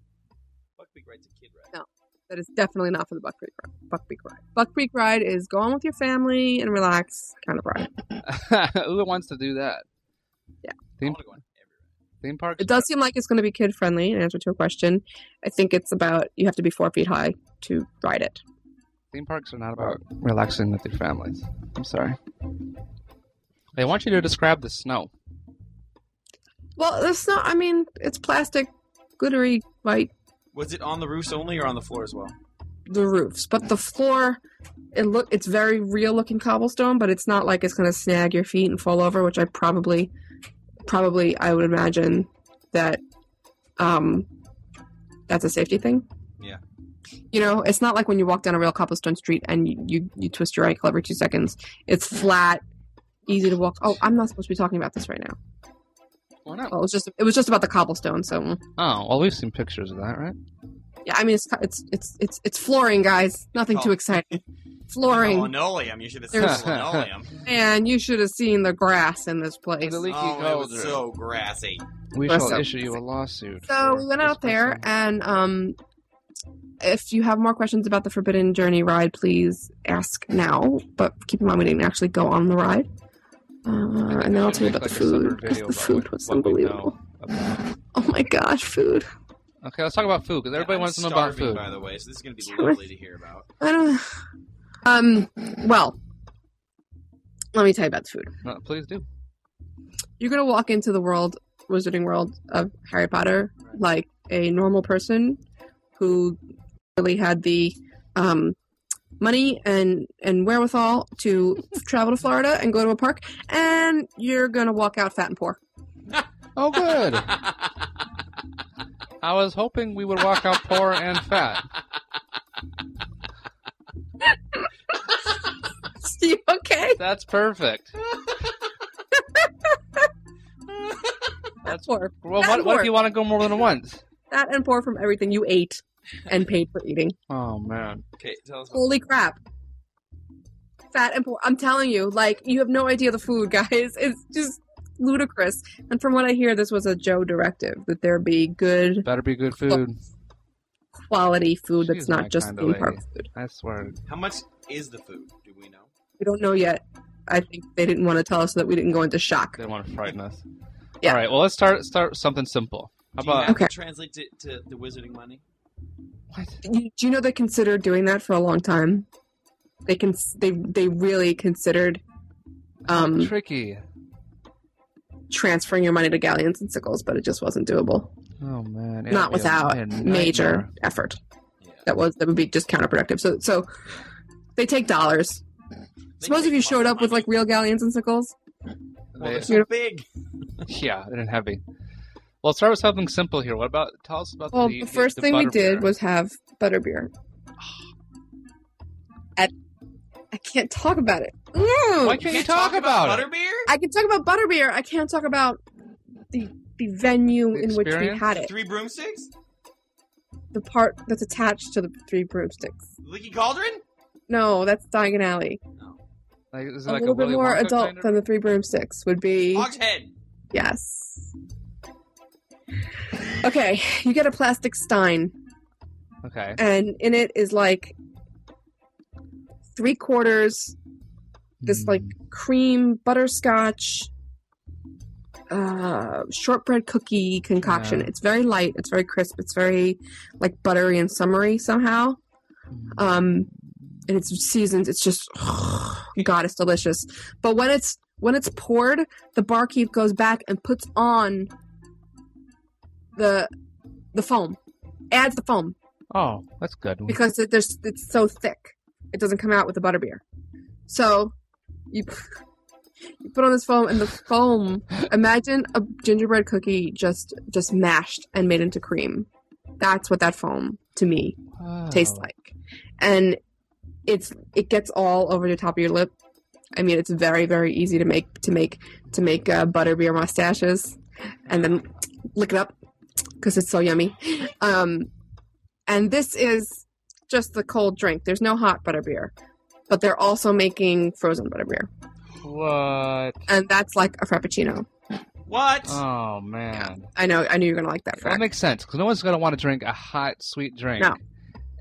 Speaker 4: Bucket rate's a kid ride.
Speaker 6: That is definitely not for the Buck Creek ride. Buck Creek ride. Buck Creek ride is go on with your family and relax kind of ride.
Speaker 7: Who wants to do that?
Speaker 4: I
Speaker 7: Theme-
Speaker 4: wanna go on every ride.
Speaker 7: Theme park.
Speaker 6: It does seem like it's going to be kid friendly. In answer to a question, I think it's about you have to be four feet high to ride it.
Speaker 7: Theme parks are not about relaxing with your families. I'm sorry. They want you to describe the snow.
Speaker 6: Well, it's not. I mean, it's plastic, glittery white
Speaker 4: Was it on the roofs only or on the floor as well?
Speaker 6: the roofs, but the floor. It look it's very real looking cobblestone, but it's not like it's going to snag your feet and fall over, which I probably, probably I would imagine that, um, that's a safety thing.
Speaker 4: Yeah.
Speaker 6: You know, it's not like when you walk down a real cobblestone street and you you, you twist your ankle every two seconds. It's flat, easy to walk. Oh, I'm not supposed to be talking about this right now.
Speaker 7: Why not?
Speaker 6: Well, it was just it was just about the cobblestone. So
Speaker 7: Oh, well, we've seen pictures of that, right?
Speaker 6: yeah, I mean it's it's it's it's, it's flooring, guys. Nothing too
Speaker 4: Oh. <laughs>
Speaker 6: exciting. Flooring.
Speaker 4: Linoleum. You should have
Speaker 6: There's-
Speaker 4: seen
Speaker 7: <laughs>
Speaker 4: linoleum.
Speaker 6: And you should have seen the grass in this place.
Speaker 7: The leaky
Speaker 4: oh, it was
Speaker 7: cauldron.
Speaker 4: so grassy.
Speaker 7: We
Speaker 6: Bless
Speaker 7: shall
Speaker 6: up.
Speaker 7: issue you a lawsuit.
Speaker 6: So
Speaker 7: for
Speaker 6: we went out there,
Speaker 7: dismissing-
Speaker 6: and um, if you have more questions about the Forbidden Journey ride, please ask now. But keep in mind, we didn't actually go on the ride. Uh,
Speaker 7: think
Speaker 6: and then
Speaker 7: we
Speaker 6: I'll
Speaker 7: should
Speaker 6: tell you
Speaker 7: make,
Speaker 6: about the
Speaker 7: like, a separate
Speaker 6: food because
Speaker 7: video
Speaker 6: the
Speaker 7: about
Speaker 6: food
Speaker 7: what-
Speaker 6: was
Speaker 7: what we know
Speaker 6: unbelievable.
Speaker 7: about-
Speaker 6: Oh my gosh, food!
Speaker 7: Okay, let's talk about food because everybody
Speaker 4: I'm
Speaker 7: wants to know about
Speaker 4: starving,
Speaker 7: food.
Speaker 4: By the way, so this is going to be
Speaker 6: Sure.
Speaker 4: lovely to hear about.
Speaker 6: I don't. Um. Well, let me tell you about the food.
Speaker 7: No, please do.
Speaker 6: you're gonna walk into the world, Wizarding World of Harry Potter, like a normal person who really had the um, money and and wherewithal to travel to Florida and go to a park, and you're gonna walk out fat and poor. <laughs>
Speaker 7: Oh, good. <laughs> I was hoping we would walk out poor and fat.
Speaker 6: Steve, okay?
Speaker 7: That's perfect.
Speaker 6: <laughs>
Speaker 7: That's,
Speaker 6: Poor.
Speaker 7: well, what, what if you want to go more than once?
Speaker 6: That and pour from everything you ate and paid for eating.
Speaker 7: Oh man.
Speaker 4: Okay, tell us.
Speaker 6: Holy crap. Fat and poor. I'm telling you, like, you have no idea the food, <laughs> guys. It's just ludicrous. And from what I hear, this was a Joe directive that there be good
Speaker 7: Better be good food.
Speaker 6: quality food
Speaker 7: She's
Speaker 6: that's
Speaker 7: my
Speaker 6: not just
Speaker 7: kinda
Speaker 6: any part
Speaker 7: lady.
Speaker 6: food.
Speaker 7: I swear.
Speaker 4: How much is the food? Do we know?
Speaker 6: We don't know yet. I think they didn't want to tell us so that we didn't go into shock.
Speaker 7: They want to frighten us.
Speaker 6: Yeah.
Speaker 7: All right. Well, let's start start with something simple. How
Speaker 4: Do you
Speaker 7: about
Speaker 4: have
Speaker 6: Okay.
Speaker 4: to translate to, to the wizarding money?
Speaker 7: what?
Speaker 6: You- Do you know they considered doing that for a long time? They can. They they really considered um,
Speaker 7: tricky?
Speaker 6: transferring your money to galleons and sickles, but it just wasn't doable.
Speaker 7: Oh man. it'd
Speaker 6: Not
Speaker 7: be a-
Speaker 6: without
Speaker 7: a
Speaker 6: major
Speaker 7: nightmare.
Speaker 6: effort.
Speaker 4: Yeah.
Speaker 6: That was that would be just counterproductive. So so they take dollars. Suppose if you showed up with like real galleons and sickles.
Speaker 4: Well, they're
Speaker 7: They-
Speaker 4: so big.
Speaker 7: <laughs> yeah, they didn't have any. Well, start with something simple here. What about tell us about
Speaker 6: Well,
Speaker 7: the,
Speaker 6: the first
Speaker 7: the
Speaker 6: thing we did
Speaker 7: butterbeer.
Speaker 6: was have
Speaker 7: <sighs>
Speaker 6: butterbeer. At, I can't talk about it. Mm.
Speaker 7: Why can't you talk about it?
Speaker 4: butterbeer?
Speaker 6: I can talk about butterbeer. I can't talk about the the venue
Speaker 7: The
Speaker 6: in which we
Speaker 7: experience?
Speaker 6: had it.
Speaker 4: Three broomsticks?
Speaker 6: The part that's attached to the three broomsticks.
Speaker 4: Leaky cauldron?
Speaker 6: No, that's Diagon Alley.
Speaker 7: like, is it
Speaker 6: A
Speaker 7: like
Speaker 6: little bit
Speaker 7: Willy
Speaker 6: more
Speaker 7: Wonka
Speaker 6: adult
Speaker 7: kind of-
Speaker 6: than the three broomsticks would be.
Speaker 4: Hog's head.
Speaker 6: Yes. Okay, you get a plastic stein,
Speaker 7: Okay.
Speaker 6: and in it is like three quarters this like cream butterscotch uh shortbread cookie concoction
Speaker 7: Yeah.
Speaker 6: it's very light it's very crisp it's very like buttery and summery somehow
Speaker 7: Hmm.
Speaker 6: um and it's seasoned it's just <sighs> god it's delicious but when it's when it's poured the barkeep goes back and puts on the the foam adds the foam
Speaker 7: Oh, that's good.
Speaker 6: because it, there's it's so thick. It doesn't come out with the butterbeer. So you <laughs> you put on this foam and the foam. Imagine a gingerbread cookie just just mashed and made into cream. That's what that foam to me
Speaker 7: Wow.
Speaker 6: tastes like, and it's it gets all over the top of your lip. I mean, it's very very easy to make to make to make uh, butterbeer mustaches, and then lick it up because it's so yummy. Um, and this is just the cold drink. There's no hot butterbeer, but they're also making frozen butterbeer,
Speaker 7: What?
Speaker 6: and that's like a frappuccino.
Speaker 4: What?
Speaker 7: Oh man.
Speaker 6: I know I knew you're gonna like that.
Speaker 7: Well, that
Speaker 6: Fact.
Speaker 7: makes sense because no one's going to want to drink a hot, sweet drink
Speaker 6: No.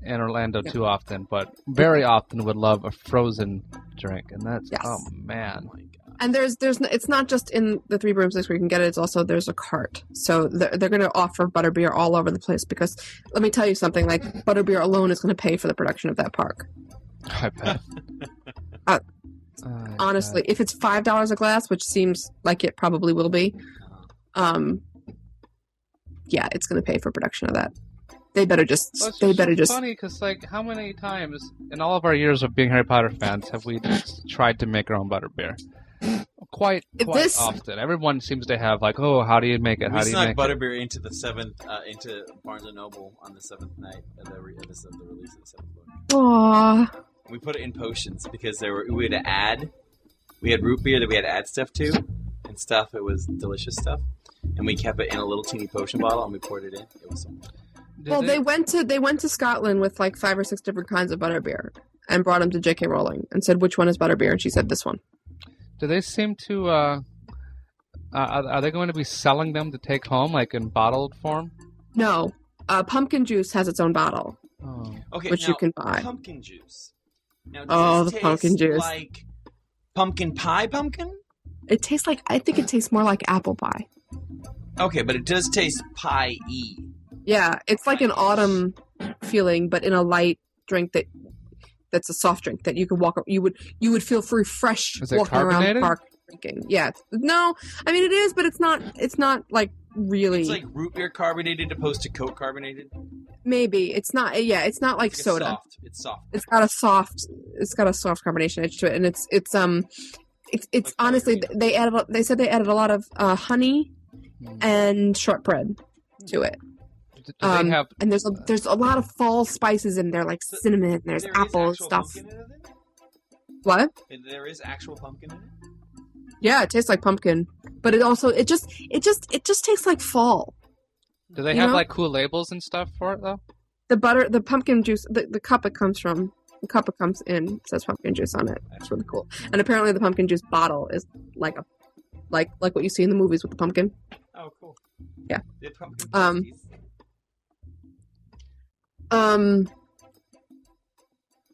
Speaker 7: in Orlando
Speaker 6: No.
Speaker 7: too often, but very often would love a frozen drink, and that's
Speaker 6: Yes.
Speaker 7: oh man,
Speaker 6: and there's there's n- it's not just in the three broomsticks where you can get it it's also there's a cart so they're, they're going to offer butterbeer all over the place because let me tell you something like butterbeer alone is going to pay for the production of that park
Speaker 7: I bet.
Speaker 6: Uh,
Speaker 7: I
Speaker 6: honestly if it's five dollars a glass which seems like it probably will be um yeah it's going to pay for production of that they better just
Speaker 7: bet. Well, it's
Speaker 6: they better just
Speaker 7: funny because like how many times in all of our years of being Harry Potter fans have we just tried to make our own butterbeer? Quite,
Speaker 6: If
Speaker 7: quite
Speaker 6: this-
Speaker 7: often. Everyone seems to have like, oh, how do you make it? How
Speaker 4: we
Speaker 7: do you make
Speaker 4: snuck
Speaker 7: it?
Speaker 4: Butterbeer into the seventh, uh, into Barnes and Noble on the seventh night of the, re- of the, of the release of the seventh book.
Speaker 6: Aw.
Speaker 4: We put it in potions because there were we had to add, we had root beer that we had to add stuff to, and stuff. It was delicious stuff, and we kept it in a little teeny potion bottle and we poured it in. It was so much.
Speaker 7: Did
Speaker 6: well they
Speaker 7: it?
Speaker 6: went to they went to scotland with like five or six different kinds of butterbeer and brought them to jk rowling and said which one is butterbeer and she said this one
Speaker 7: Do they seem to? Uh, uh, are are they going to be selling them to take home, like in bottled form?
Speaker 6: No. Uh, pumpkin juice has its own bottle,
Speaker 7: Oh,
Speaker 4: Okay,
Speaker 6: which
Speaker 4: now,
Speaker 6: you can buy.
Speaker 4: pumpkin juice. Now, does
Speaker 6: Oh,
Speaker 4: this
Speaker 6: the
Speaker 4: taste
Speaker 6: pumpkin juice.
Speaker 4: Like pumpkin pie, pumpkin.
Speaker 6: It tastes like, I think it tastes more like apple pie.
Speaker 4: Okay, but it does taste pie-y.
Speaker 6: Yeah, it's like an autumn feeling, but in a light drink that that's a soft drink that you could walk you would you would feel free fresh
Speaker 7: Is it
Speaker 6: walking around the
Speaker 7: carbonated?
Speaker 6: park drinking. Yeah. it's- No, I mean it is, but it's not it's not like really
Speaker 4: It's like root beer carbonated opposed to Coke carbonated.
Speaker 6: maybe. It's not yeah, it's not like
Speaker 4: It's
Speaker 6: soda.
Speaker 4: Soft. It's soft.
Speaker 6: it's got a soft it's got a soft carbonation edge to it and it's it's um it's it's
Speaker 4: Like
Speaker 6: honestly
Speaker 4: margarita.
Speaker 6: they added they said they added a lot of uh, honey
Speaker 7: Mm.
Speaker 6: and shortbread to it
Speaker 7: do do they
Speaker 6: Um,
Speaker 7: have?
Speaker 6: and there's a, there's a lot of fall spices in there like
Speaker 4: So
Speaker 6: cinnamon
Speaker 4: Mm.
Speaker 6: there's
Speaker 4: There is
Speaker 6: apple
Speaker 4: actual
Speaker 6: stuff
Speaker 4: pumpkin in it?
Speaker 6: what
Speaker 4: And There is actual pumpkin in it.
Speaker 6: yeah it tastes like pumpkin but but it also it just it just it just tastes like fall.
Speaker 7: Do they
Speaker 6: You
Speaker 7: have
Speaker 6: know?
Speaker 7: like cool labels and stuff for it though?
Speaker 6: The butter, the pumpkin juice, the, the cup it comes from, the cup it comes in says pumpkin juice on it. That's really cool. And apparently, the pumpkin juice bottle is like a like like what you see in the movies with the pumpkin.
Speaker 4: Oh, cool.
Speaker 6: Yeah.
Speaker 4: They have pumpkin
Speaker 6: Um,
Speaker 4: pasties.
Speaker 6: Um.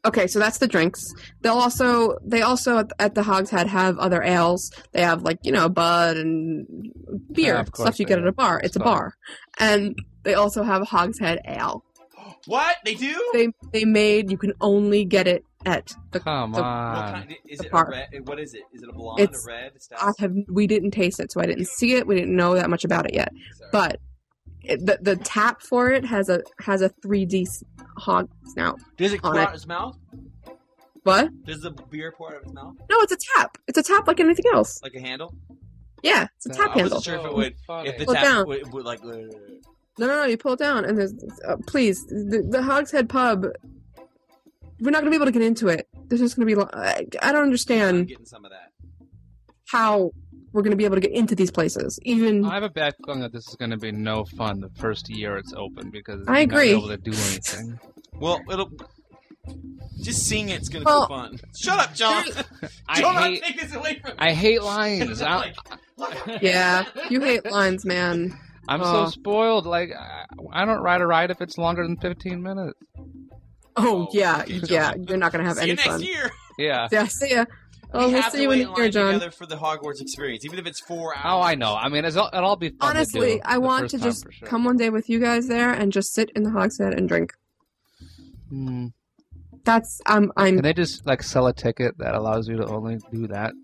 Speaker 6: Okay, so that's the drinks. They'll also they also at- at the Hogshead have other ales. They have like you know bud and beer
Speaker 7: Yeah, of course
Speaker 6: stuff you
Speaker 7: they
Speaker 6: get at
Speaker 7: do.
Speaker 6: a bar. It's a
Speaker 7: Stuff.
Speaker 6: bar, and they also have Hogshead ale.
Speaker 4: what they do?
Speaker 6: They they made you can only get it at the.
Speaker 7: Come
Speaker 6: the- what
Speaker 4: what
Speaker 7: on.
Speaker 4: kind? Is it a
Speaker 6: bar.
Speaker 4: red? What is it? Is it a blonde?
Speaker 6: It's-
Speaker 4: a red?
Speaker 6: I
Speaker 4: Stout?
Speaker 6: have we didn't taste it, so I didn't see it. We didn't know that much about it yet,
Speaker 4: Sorry.
Speaker 6: but. It, the, the tap for it has a has a 3D s- hog snout.
Speaker 4: does it pour
Speaker 6: on
Speaker 4: out
Speaker 6: it.
Speaker 4: of its mouth?
Speaker 6: What?
Speaker 4: Does the beer pour out of its mouth
Speaker 6: No, it's a tap. It's a tap like anything else.
Speaker 4: like a handle?
Speaker 6: Yeah, it's a
Speaker 7: That
Speaker 6: tap
Speaker 4: I wasn't
Speaker 6: handle.
Speaker 4: sure if it
Speaker 7: so
Speaker 4: would-
Speaker 7: funny.
Speaker 4: If the
Speaker 6: Pull
Speaker 4: tap
Speaker 6: down.
Speaker 4: would- would, like, uh,
Speaker 6: No, no, no. You pull it down, and there's uh, please the, the Hogshead Pub. We're not going to be able to get into it. There's just going to be. lo- I, I don't
Speaker 4: I'm
Speaker 6: understand
Speaker 4: getting some of that.
Speaker 6: how we're going to be able to get into these places.
Speaker 4: <laughs>
Speaker 6: Even
Speaker 7: I have a bad feeling that this is going to be no fun the first year it's open because
Speaker 6: I
Speaker 7: you're not
Speaker 6: agree.
Speaker 7: able to do <laughs> anything.
Speaker 4: Well, it'll just seeing it's gonna
Speaker 6: Well,
Speaker 4: be fun. Shut up, John. <laughs> John,
Speaker 7: I hate
Speaker 4: take this away from me.
Speaker 7: I hate
Speaker 4: <laughs>
Speaker 7: lions. I,
Speaker 6: yeah, you hate lines, man.
Speaker 7: I'm
Speaker 6: Uh,
Speaker 7: so spoiled. Like I, I don't ride a ride if it's longer than 15 minutes.
Speaker 6: Oh,
Speaker 4: Oh,
Speaker 6: yeah,
Speaker 4: okay,
Speaker 6: yeah. You're not going to have
Speaker 4: see you
Speaker 6: any
Speaker 4: next
Speaker 6: fun.
Speaker 4: year.
Speaker 7: Yeah.
Speaker 6: Yeah, see ya. Oh,
Speaker 4: we
Speaker 6: we'll
Speaker 4: have
Speaker 6: see
Speaker 4: to
Speaker 6: you
Speaker 4: wait in
Speaker 6: in a year,
Speaker 4: line
Speaker 6: John.
Speaker 4: together for the Hogwarts experience, even if it's four hours.
Speaker 7: Oh, I know. I mean, it's all, it'll all be fun to
Speaker 6: Honestly,
Speaker 7: Oh, do
Speaker 6: I
Speaker 7: the
Speaker 6: want
Speaker 7: first
Speaker 6: to
Speaker 7: time
Speaker 6: just
Speaker 7: for sure.
Speaker 6: come one day with you guys there and just sit in the Hogshead and drink.
Speaker 7: Hmm.
Speaker 6: That's um, I'm
Speaker 7: Can they just like sell a ticket that allows you to only do that? <laughs>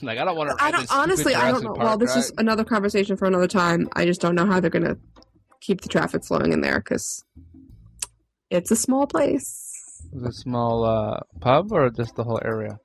Speaker 7: Like I don't want to.
Speaker 6: I don't honestly. I don't know. well, this is another conversation for another time. I just don't know how they're gonna keep the traffic flowing in there because it's a small place.
Speaker 7: the small uh, pub or just the whole area.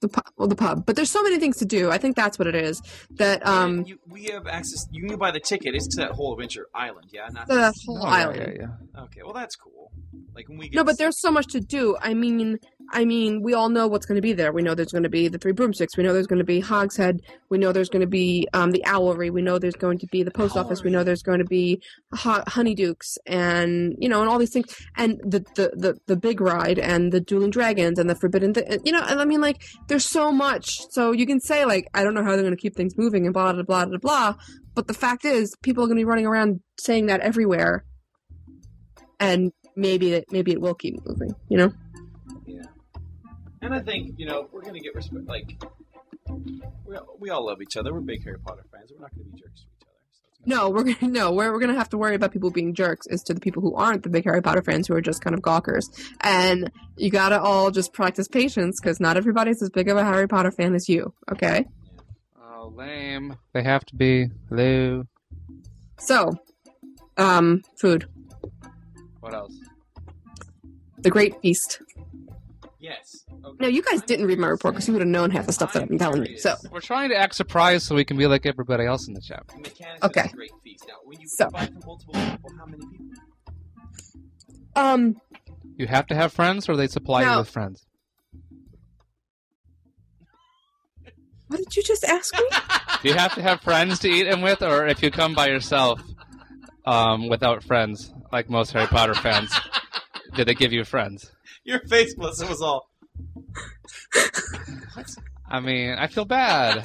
Speaker 6: The pub, well, the pub, but there's so many things to do. I think that's what it is. That um,
Speaker 4: you, we have access. You can buy the ticket. It's to that whole Adventure Island, yeah. Not
Speaker 6: the
Speaker 4: just-
Speaker 6: whole
Speaker 7: <laughs> Oh, yeah,
Speaker 6: island.
Speaker 7: yeah, yeah.
Speaker 4: okay. Well, that's cool. Like when we get
Speaker 6: No, but
Speaker 4: to-
Speaker 6: there's so much to do. I mean, I mean, we all know what's going to be there. We know there's going to be the three broomsticks. We know there's going to be Hogshead. We know there's going to be um, the Owlry. We know there's going to be the post office. We know there's going to be ho- Honeydukes, and you know, and all these things, and the the the, the big ride, and the dueling dragons, and the forbidden. Th- and, you know, and I mean, like, there's so much. So you can say like, I don't know how they're going to keep things moving, and blah blah blah blah blah. But the fact is, people are going to be running around saying that everywhere, and maybe it maybe it will keep moving. You know,
Speaker 4: And I think you know we're gonna get respect. Like we all, we all love each other. We're big Harry Potter fans. We're not gonna be jerks to each other. So it's gonna
Speaker 6: no, we're gonna no, where we're gonna have to worry about people being jerks is to the people who aren't the big Harry Potter fans who are just kind of gawkers. And you gotta all just practice patience because not everybody's as big of a Harry Potter fan as you. Okay,
Speaker 7: Oh, lame. They have to be. Hello.
Speaker 6: so um, food,
Speaker 7: What else?
Speaker 6: the Great Feast.
Speaker 4: Yes. Okay.
Speaker 6: No, you guys didn't read my report because you would have known half the stuff that I've been telling you. So
Speaker 7: We're trying to act surprised so we can be like everybody else in the chat.
Speaker 4: The mechanics
Speaker 6: Okay.
Speaker 4: Of the great feast. Now, when you
Speaker 6: So-
Speaker 4: buy from multiple people, how many people? <laughs>
Speaker 6: um,
Speaker 7: You have to have friends, or they supply you
Speaker 6: No.
Speaker 7: with friends.
Speaker 6: what did you just ask me? <laughs>
Speaker 7: You have to have friends to eat them with, or if you come by yourself, um, without friends, like most Harry Potter fans, did they give you friends?
Speaker 4: Your face was was all.
Speaker 7: I mean, I feel bad.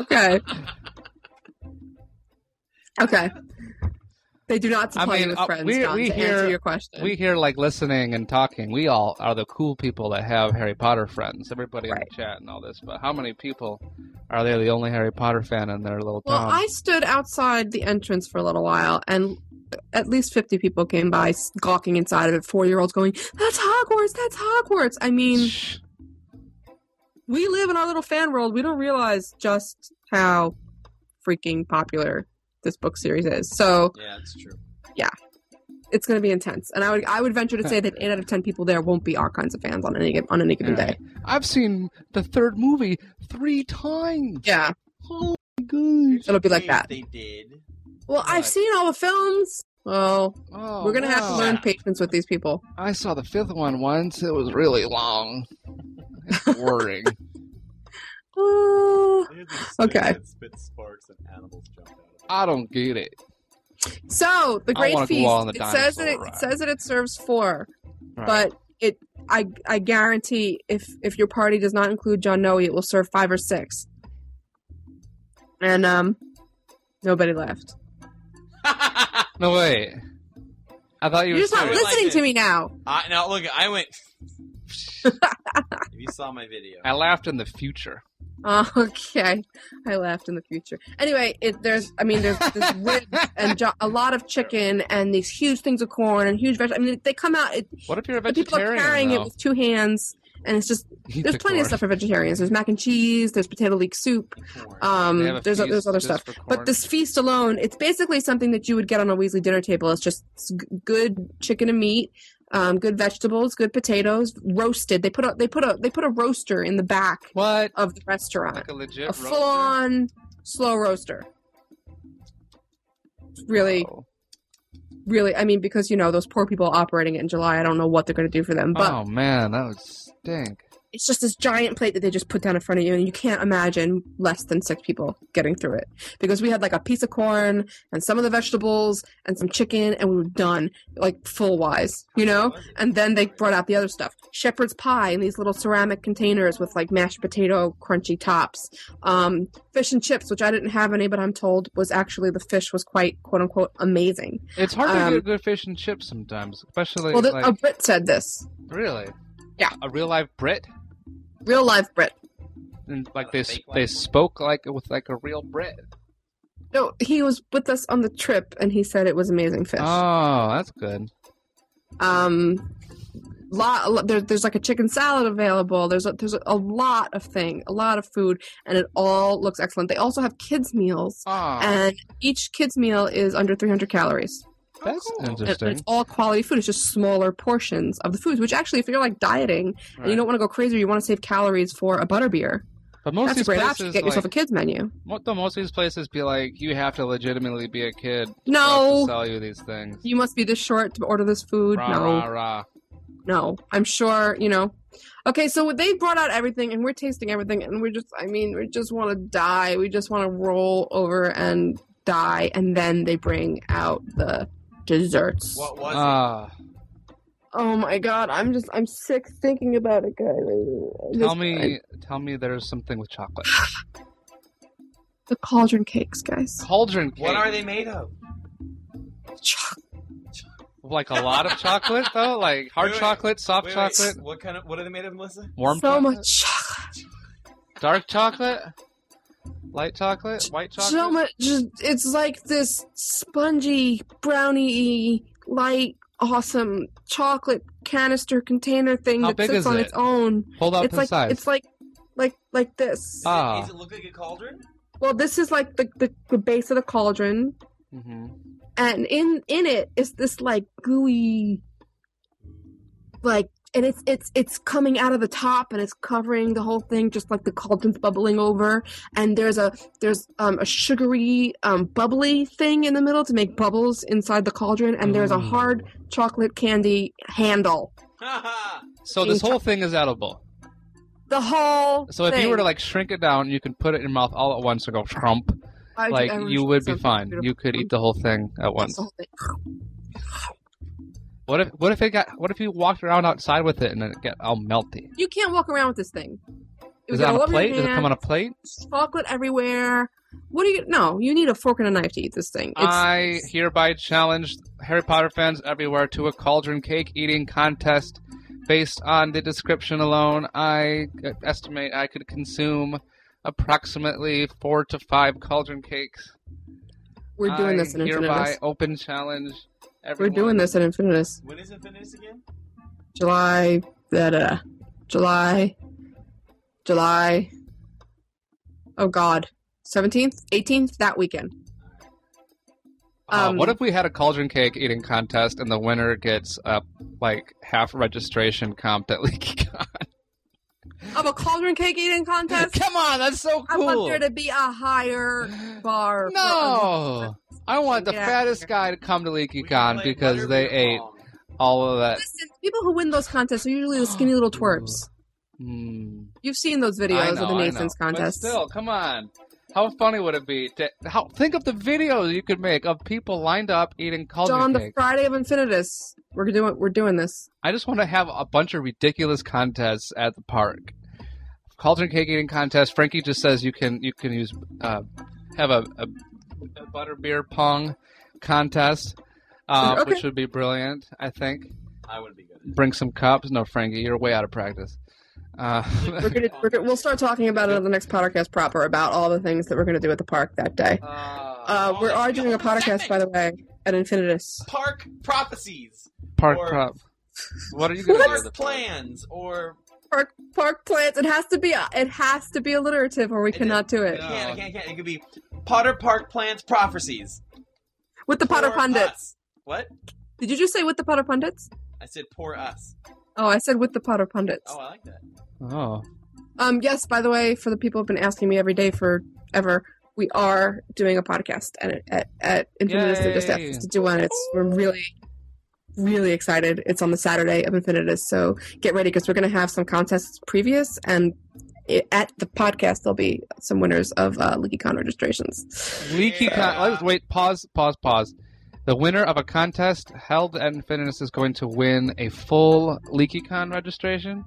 Speaker 6: okay. Okay. They do not supply
Speaker 7: mean,
Speaker 6: you with
Speaker 7: uh,
Speaker 6: friends,
Speaker 7: we-
Speaker 6: John,
Speaker 7: we
Speaker 6: to
Speaker 7: hear-
Speaker 6: answer your question.
Speaker 7: we here, like listening and talking. We all are the cool people that have Harry Potter friends. Everybody in
Speaker 6: Right.
Speaker 7: the chat and all this, but how many people are there? The only Harry Potter fan in their little
Speaker 6: Well,
Speaker 7: town.
Speaker 6: I stood outside the entrance for a little while, and at least 50 people came by s- gawking inside of it. Four year olds going, That's Hogwarts! That's Hogwarts! I mean,
Speaker 7: Shh.
Speaker 6: we live in our little fan world. We don't realize just how freaking popular this book series is. So
Speaker 4: Yeah, that's true.
Speaker 6: it's going to be intense. And I would I would venture to say that 8 out of 10 people there won't be our kinds of fans on any, gi- on any given
Speaker 7: All
Speaker 6: day.
Speaker 7: right. I've seen the third movie three times.
Speaker 6: Yeah.
Speaker 7: Oh my god.
Speaker 6: It'll be like
Speaker 4: If
Speaker 6: that.
Speaker 4: They did.
Speaker 6: Well, I've
Speaker 7: Right.
Speaker 6: seen all the films. Well,
Speaker 7: Oh,
Speaker 6: we're going to have to
Speaker 7: wow. <sighs>
Speaker 6: learn patience with these people.
Speaker 7: I saw the fifth one once. It was really long. It's
Speaker 6: <laughs>
Speaker 7: boring.
Speaker 1: They
Speaker 6: Uh,
Speaker 1: had these snakes
Speaker 6: Okay.
Speaker 1: that Spit sparks and animals jump out. of
Speaker 7: I don't get it.
Speaker 6: so the
Speaker 7: I
Speaker 6: Great
Speaker 7: wanna go
Speaker 6: Feast.
Speaker 7: on the
Speaker 6: it says that it,
Speaker 7: dinosaur
Speaker 6: it
Speaker 7: ride.
Speaker 6: says that it serves four,
Speaker 7: All right.
Speaker 6: but it I I guarantee if if your party does not include John Noe, it will serve five or six. And um, nobody left.
Speaker 7: <laughs> no wait. I thought you
Speaker 6: You're
Speaker 7: were
Speaker 6: just not
Speaker 7: serious.
Speaker 4: like
Speaker 6: listening
Speaker 4: it.
Speaker 6: to me now. <laughs>
Speaker 4: I, now look, I went. if you saw my video,
Speaker 7: I laughed in the future.
Speaker 6: Oh, okay, I laughed in the future. Anyway, it, there's I mean there's
Speaker 7: <laughs>
Speaker 6: this rib and jo- a lot of chicken and these huge things of corn and huge vegetables. I mean they come out. It,
Speaker 7: What if you're a
Speaker 6: the people are
Speaker 7: vegetarian?
Speaker 6: carrying it
Speaker 7: though?
Speaker 6: with two hands, and it's just
Speaker 7: Eat
Speaker 6: there's
Speaker 7: the
Speaker 6: plenty of
Speaker 7: corn.
Speaker 6: stuff for vegetarians. There's mac and cheese. There's potato leek soup.
Speaker 4: corn.
Speaker 7: They have
Speaker 6: Um,
Speaker 7: a
Speaker 6: there's o- there's
Speaker 7: feast
Speaker 6: other
Speaker 7: just
Speaker 6: stuff.
Speaker 7: for corn.
Speaker 6: But this feast alone, it's basically something that you would get on a Weasley dinner table. It's just s- g- good chicken and meat, um, good vegetables, good potatoes, roasted. They put a they put a they put a roaster in the back
Speaker 7: what?
Speaker 6: of the restaurant,
Speaker 7: Like a legit
Speaker 6: a full on slow roaster. It's Really,
Speaker 7: Oh.
Speaker 6: really. I mean, because you know those poor people operating it in July. I don't know what they're going to do for them, but
Speaker 7: oh man, that would stink.
Speaker 6: it's just this giant plate that they just put down in front of you, and you can't imagine less than six people getting through it. Because we had like a piece of corn and some of the vegetables and some chicken, and we were done, like full wise, you know? And then they brought out the other stuff shepherd's pie in these little ceramic containers with like mashed potato crunchy tops, um, fish and chips, which I didn't have any, but I'm told was actually the fish was quite quote unquote amazing.
Speaker 7: It's hard to
Speaker 6: Um,
Speaker 7: get good fish and chips sometimes, especially
Speaker 6: Well, uh, th-
Speaker 7: like
Speaker 6: a Brit said this
Speaker 7: really.
Speaker 6: Yeah.
Speaker 7: a real life Brit,
Speaker 6: real life Brit.
Speaker 7: and
Speaker 4: Not
Speaker 7: like
Speaker 4: a
Speaker 7: they
Speaker 4: fake
Speaker 7: they
Speaker 4: life.
Speaker 7: spoke like with like a real Brit.
Speaker 6: No, he was with us on the trip, and he said it was amazing fish.
Speaker 7: Oh, that's good.
Speaker 6: um lot, a lot there, there's like a chicken salad available there's a, there's a lot of thing a lot of food and it all looks excellent they also have kids meals
Speaker 7: Oh,
Speaker 4: Ah,
Speaker 6: and each kids meal is under 300 calories
Speaker 4: Oh,
Speaker 7: that's
Speaker 6: And- and it's
Speaker 7: interesting.
Speaker 6: all quality food it's just smaller portions of the foods which actually if you're like dieting and you
Speaker 7: Right.
Speaker 6: don't want to go crazy or you want to save calories for a butterbeer
Speaker 7: but most of
Speaker 6: that's a
Speaker 7: these
Speaker 6: great
Speaker 7: places,
Speaker 6: option get yourself
Speaker 7: like,
Speaker 6: a kids menu
Speaker 7: mo- no, most of these places be like, you have to legitimately be a kid for us to
Speaker 6: no
Speaker 7: sell you these things.
Speaker 6: you must be this short to order this food
Speaker 7: Rah,
Speaker 6: no
Speaker 7: rah, rah.
Speaker 6: no i'm sure you know okay so they brought out everything and we're tasting everything and we're just i mean we just want to die we just want to roll over and die and then they bring out the desserts
Speaker 4: what was
Speaker 7: Ah,
Speaker 6: oh my god i'm just i'm sick thinking about it guys This-
Speaker 7: tell me, tell me, there's something with
Speaker 6: <sighs>
Speaker 7: chocolate.
Speaker 6: the cauldron cakes guys
Speaker 7: Cauldron
Speaker 4: it?
Speaker 7: cake.
Speaker 4: What are they made of?
Speaker 6: Choc-
Speaker 7: Like a lot of chocolate though, like hard
Speaker 4: Wait, wait,
Speaker 7: chocolate, soft
Speaker 4: Wait, wait,
Speaker 7: chocolate,
Speaker 4: What kind of? What are they made of, Melissa?
Speaker 7: warm
Speaker 6: so
Speaker 7: chocolate,
Speaker 6: much chocolate
Speaker 7: dark chocolate, light chocolate, white chocolate.
Speaker 6: so much just, it's like this spongy brownie light awesome chocolate canister container thing
Speaker 7: How
Speaker 6: that
Speaker 7: big
Speaker 6: sits
Speaker 7: is
Speaker 6: on
Speaker 7: it?
Speaker 6: its own
Speaker 7: Hold up
Speaker 6: it's
Speaker 7: in
Speaker 6: like
Speaker 7: size.
Speaker 6: it's like like like this.
Speaker 7: Ah.
Speaker 4: Does it look like a cauldron? <laughs>
Speaker 6: well, this is like the, the the base of the cauldron,
Speaker 7: hmm
Speaker 6: and in in it is this like gooey, like and it's it's it's coming out of the top and it's covering the whole thing, just like the cauldron's bubbling over. And there's a there's um a sugary um bubbly thing in the middle to make bubbles inside the cauldron, and there's a
Speaker 7: Mm.
Speaker 6: hard chocolate candy handle.
Speaker 7: So this
Speaker 6: Green
Speaker 7: whole thing is edible.
Speaker 6: The whole
Speaker 7: So if you were to
Speaker 6: thing.
Speaker 7: like shrink it down, you can put it in your mouth all at once and go trump.
Speaker 6: I-
Speaker 7: Like
Speaker 6: I
Speaker 7: you would be
Speaker 6: something
Speaker 7: fine.
Speaker 6: beautiful.
Speaker 7: You could eat the whole thing at once.
Speaker 6: The whole thing.
Speaker 7: What if what if it got what if you walked around outside with it and it got all melty?
Speaker 6: You can't walk around with this thing. It
Speaker 7: Is
Speaker 6: was
Speaker 7: that
Speaker 6: all
Speaker 7: on a
Speaker 6: over your
Speaker 7: plate? Does it come
Speaker 6: hand,
Speaker 7: on a plate?
Speaker 6: chocolate everywhere? What do you? No, you need a fork and a knife to eat this thing. It's,
Speaker 7: I hereby challenge Harry Potter fans everywhere to a cauldron cake eating contest. Based on the description alone, I estimate I could consume approximately four to five cauldron cakes.
Speaker 6: we're doing this
Speaker 7: I
Speaker 6: at
Speaker 7: hereby
Speaker 6: Infinitus.
Speaker 7: open challenge.
Speaker 6: We're
Speaker 7: Everyone.
Speaker 6: doing this at Infinitus.
Speaker 4: When is Infinitus again?
Speaker 6: July, da da, da. July, July. Oh God, seventeenth, eighteenth, that weekend.
Speaker 7: Uh,
Speaker 6: um,
Speaker 7: what if we had a cauldron cake eating contest and the winner gets a like half registration comp at LeakyCon?
Speaker 6: Of a cauldron cake eating
Speaker 7: <laughs>
Speaker 6: contest.
Speaker 7: Come on, that's so
Speaker 6: I
Speaker 7: cool.
Speaker 6: want there to be a higher bar. for
Speaker 7: <laughs> No, I want the
Speaker 6: Get out of
Speaker 7: fattest
Speaker 6: here.
Speaker 7: guy to come to
Speaker 4: We can
Speaker 7: LeakyCon
Speaker 4: play
Speaker 7: because
Speaker 4: butter
Speaker 7: they
Speaker 4: beer
Speaker 7: ate
Speaker 4: pong.
Speaker 7: all of that.
Speaker 6: Listen, people who win those contests are usually the skinny little twerps.
Speaker 7: Hmm.
Speaker 6: You've seen those
Speaker 7: I
Speaker 6: videos
Speaker 7: know,
Speaker 6: of the
Speaker 7: I
Speaker 6: Nathan's
Speaker 7: know. But
Speaker 6: contest.
Speaker 7: still, come on. How funny would it be to how think of the videos you could make of people lined up eating culture
Speaker 6: John, the
Speaker 7: cake.
Speaker 6: Friday of Infinitus. We're doing we're doing this.
Speaker 7: I just want to have a bunch of ridiculous contests at the park. Cauldron cake eating contest. Frankie just says you can you can use uh, have a, a, a butterbeer pong contest, uh,
Speaker 6: Okay.
Speaker 7: which would be brilliant. I think
Speaker 4: I would be good. at it.
Speaker 7: bring some cups. No, Frankie, you're way out of practice. Uh, <laughs>
Speaker 6: We're gonna, we're gonna we'll start talking about it on the next podcast proper about all the things that we're gonna do at the park that day. Uh, we are doing a podcast, by the way, at Infinitus.
Speaker 4: <laughs> Park prophecies,
Speaker 7: park
Speaker 4: or-
Speaker 7: prop. What are you going to do? at the
Speaker 4: park
Speaker 7: park?
Speaker 4: plans, or
Speaker 6: Park park plants. It has to be it has to be alliterative, or we cannot do it
Speaker 4: I can't, I can't, I can't. It could be Potter Park plans prophecies.
Speaker 6: with the Potter
Speaker 4: Poor
Speaker 6: pundits.
Speaker 4: us. What?
Speaker 6: Did you just say with the Potter pundits?
Speaker 4: I said poor us.
Speaker 6: Oh, I said with the Potter pundits.
Speaker 4: Oh, I like that.
Speaker 7: Oh,
Speaker 6: Um, yes, by the way, for the people who've been asking me every day forever, we are doing a podcast at at, at Infinitus
Speaker 7: Yay.
Speaker 6: Just F to do one. It's we're really really excited. It's on the Saturday of Infinitus, so get ready because we're going to have some contests previous and. i at the podcast, there'll be some winners of uh, LeakyCon registrations.
Speaker 7: leaky. Con- let's- oh, wait, pause, pause, pause. The winner of a contest held at Infinitus is going to win a full LeakyCon registration.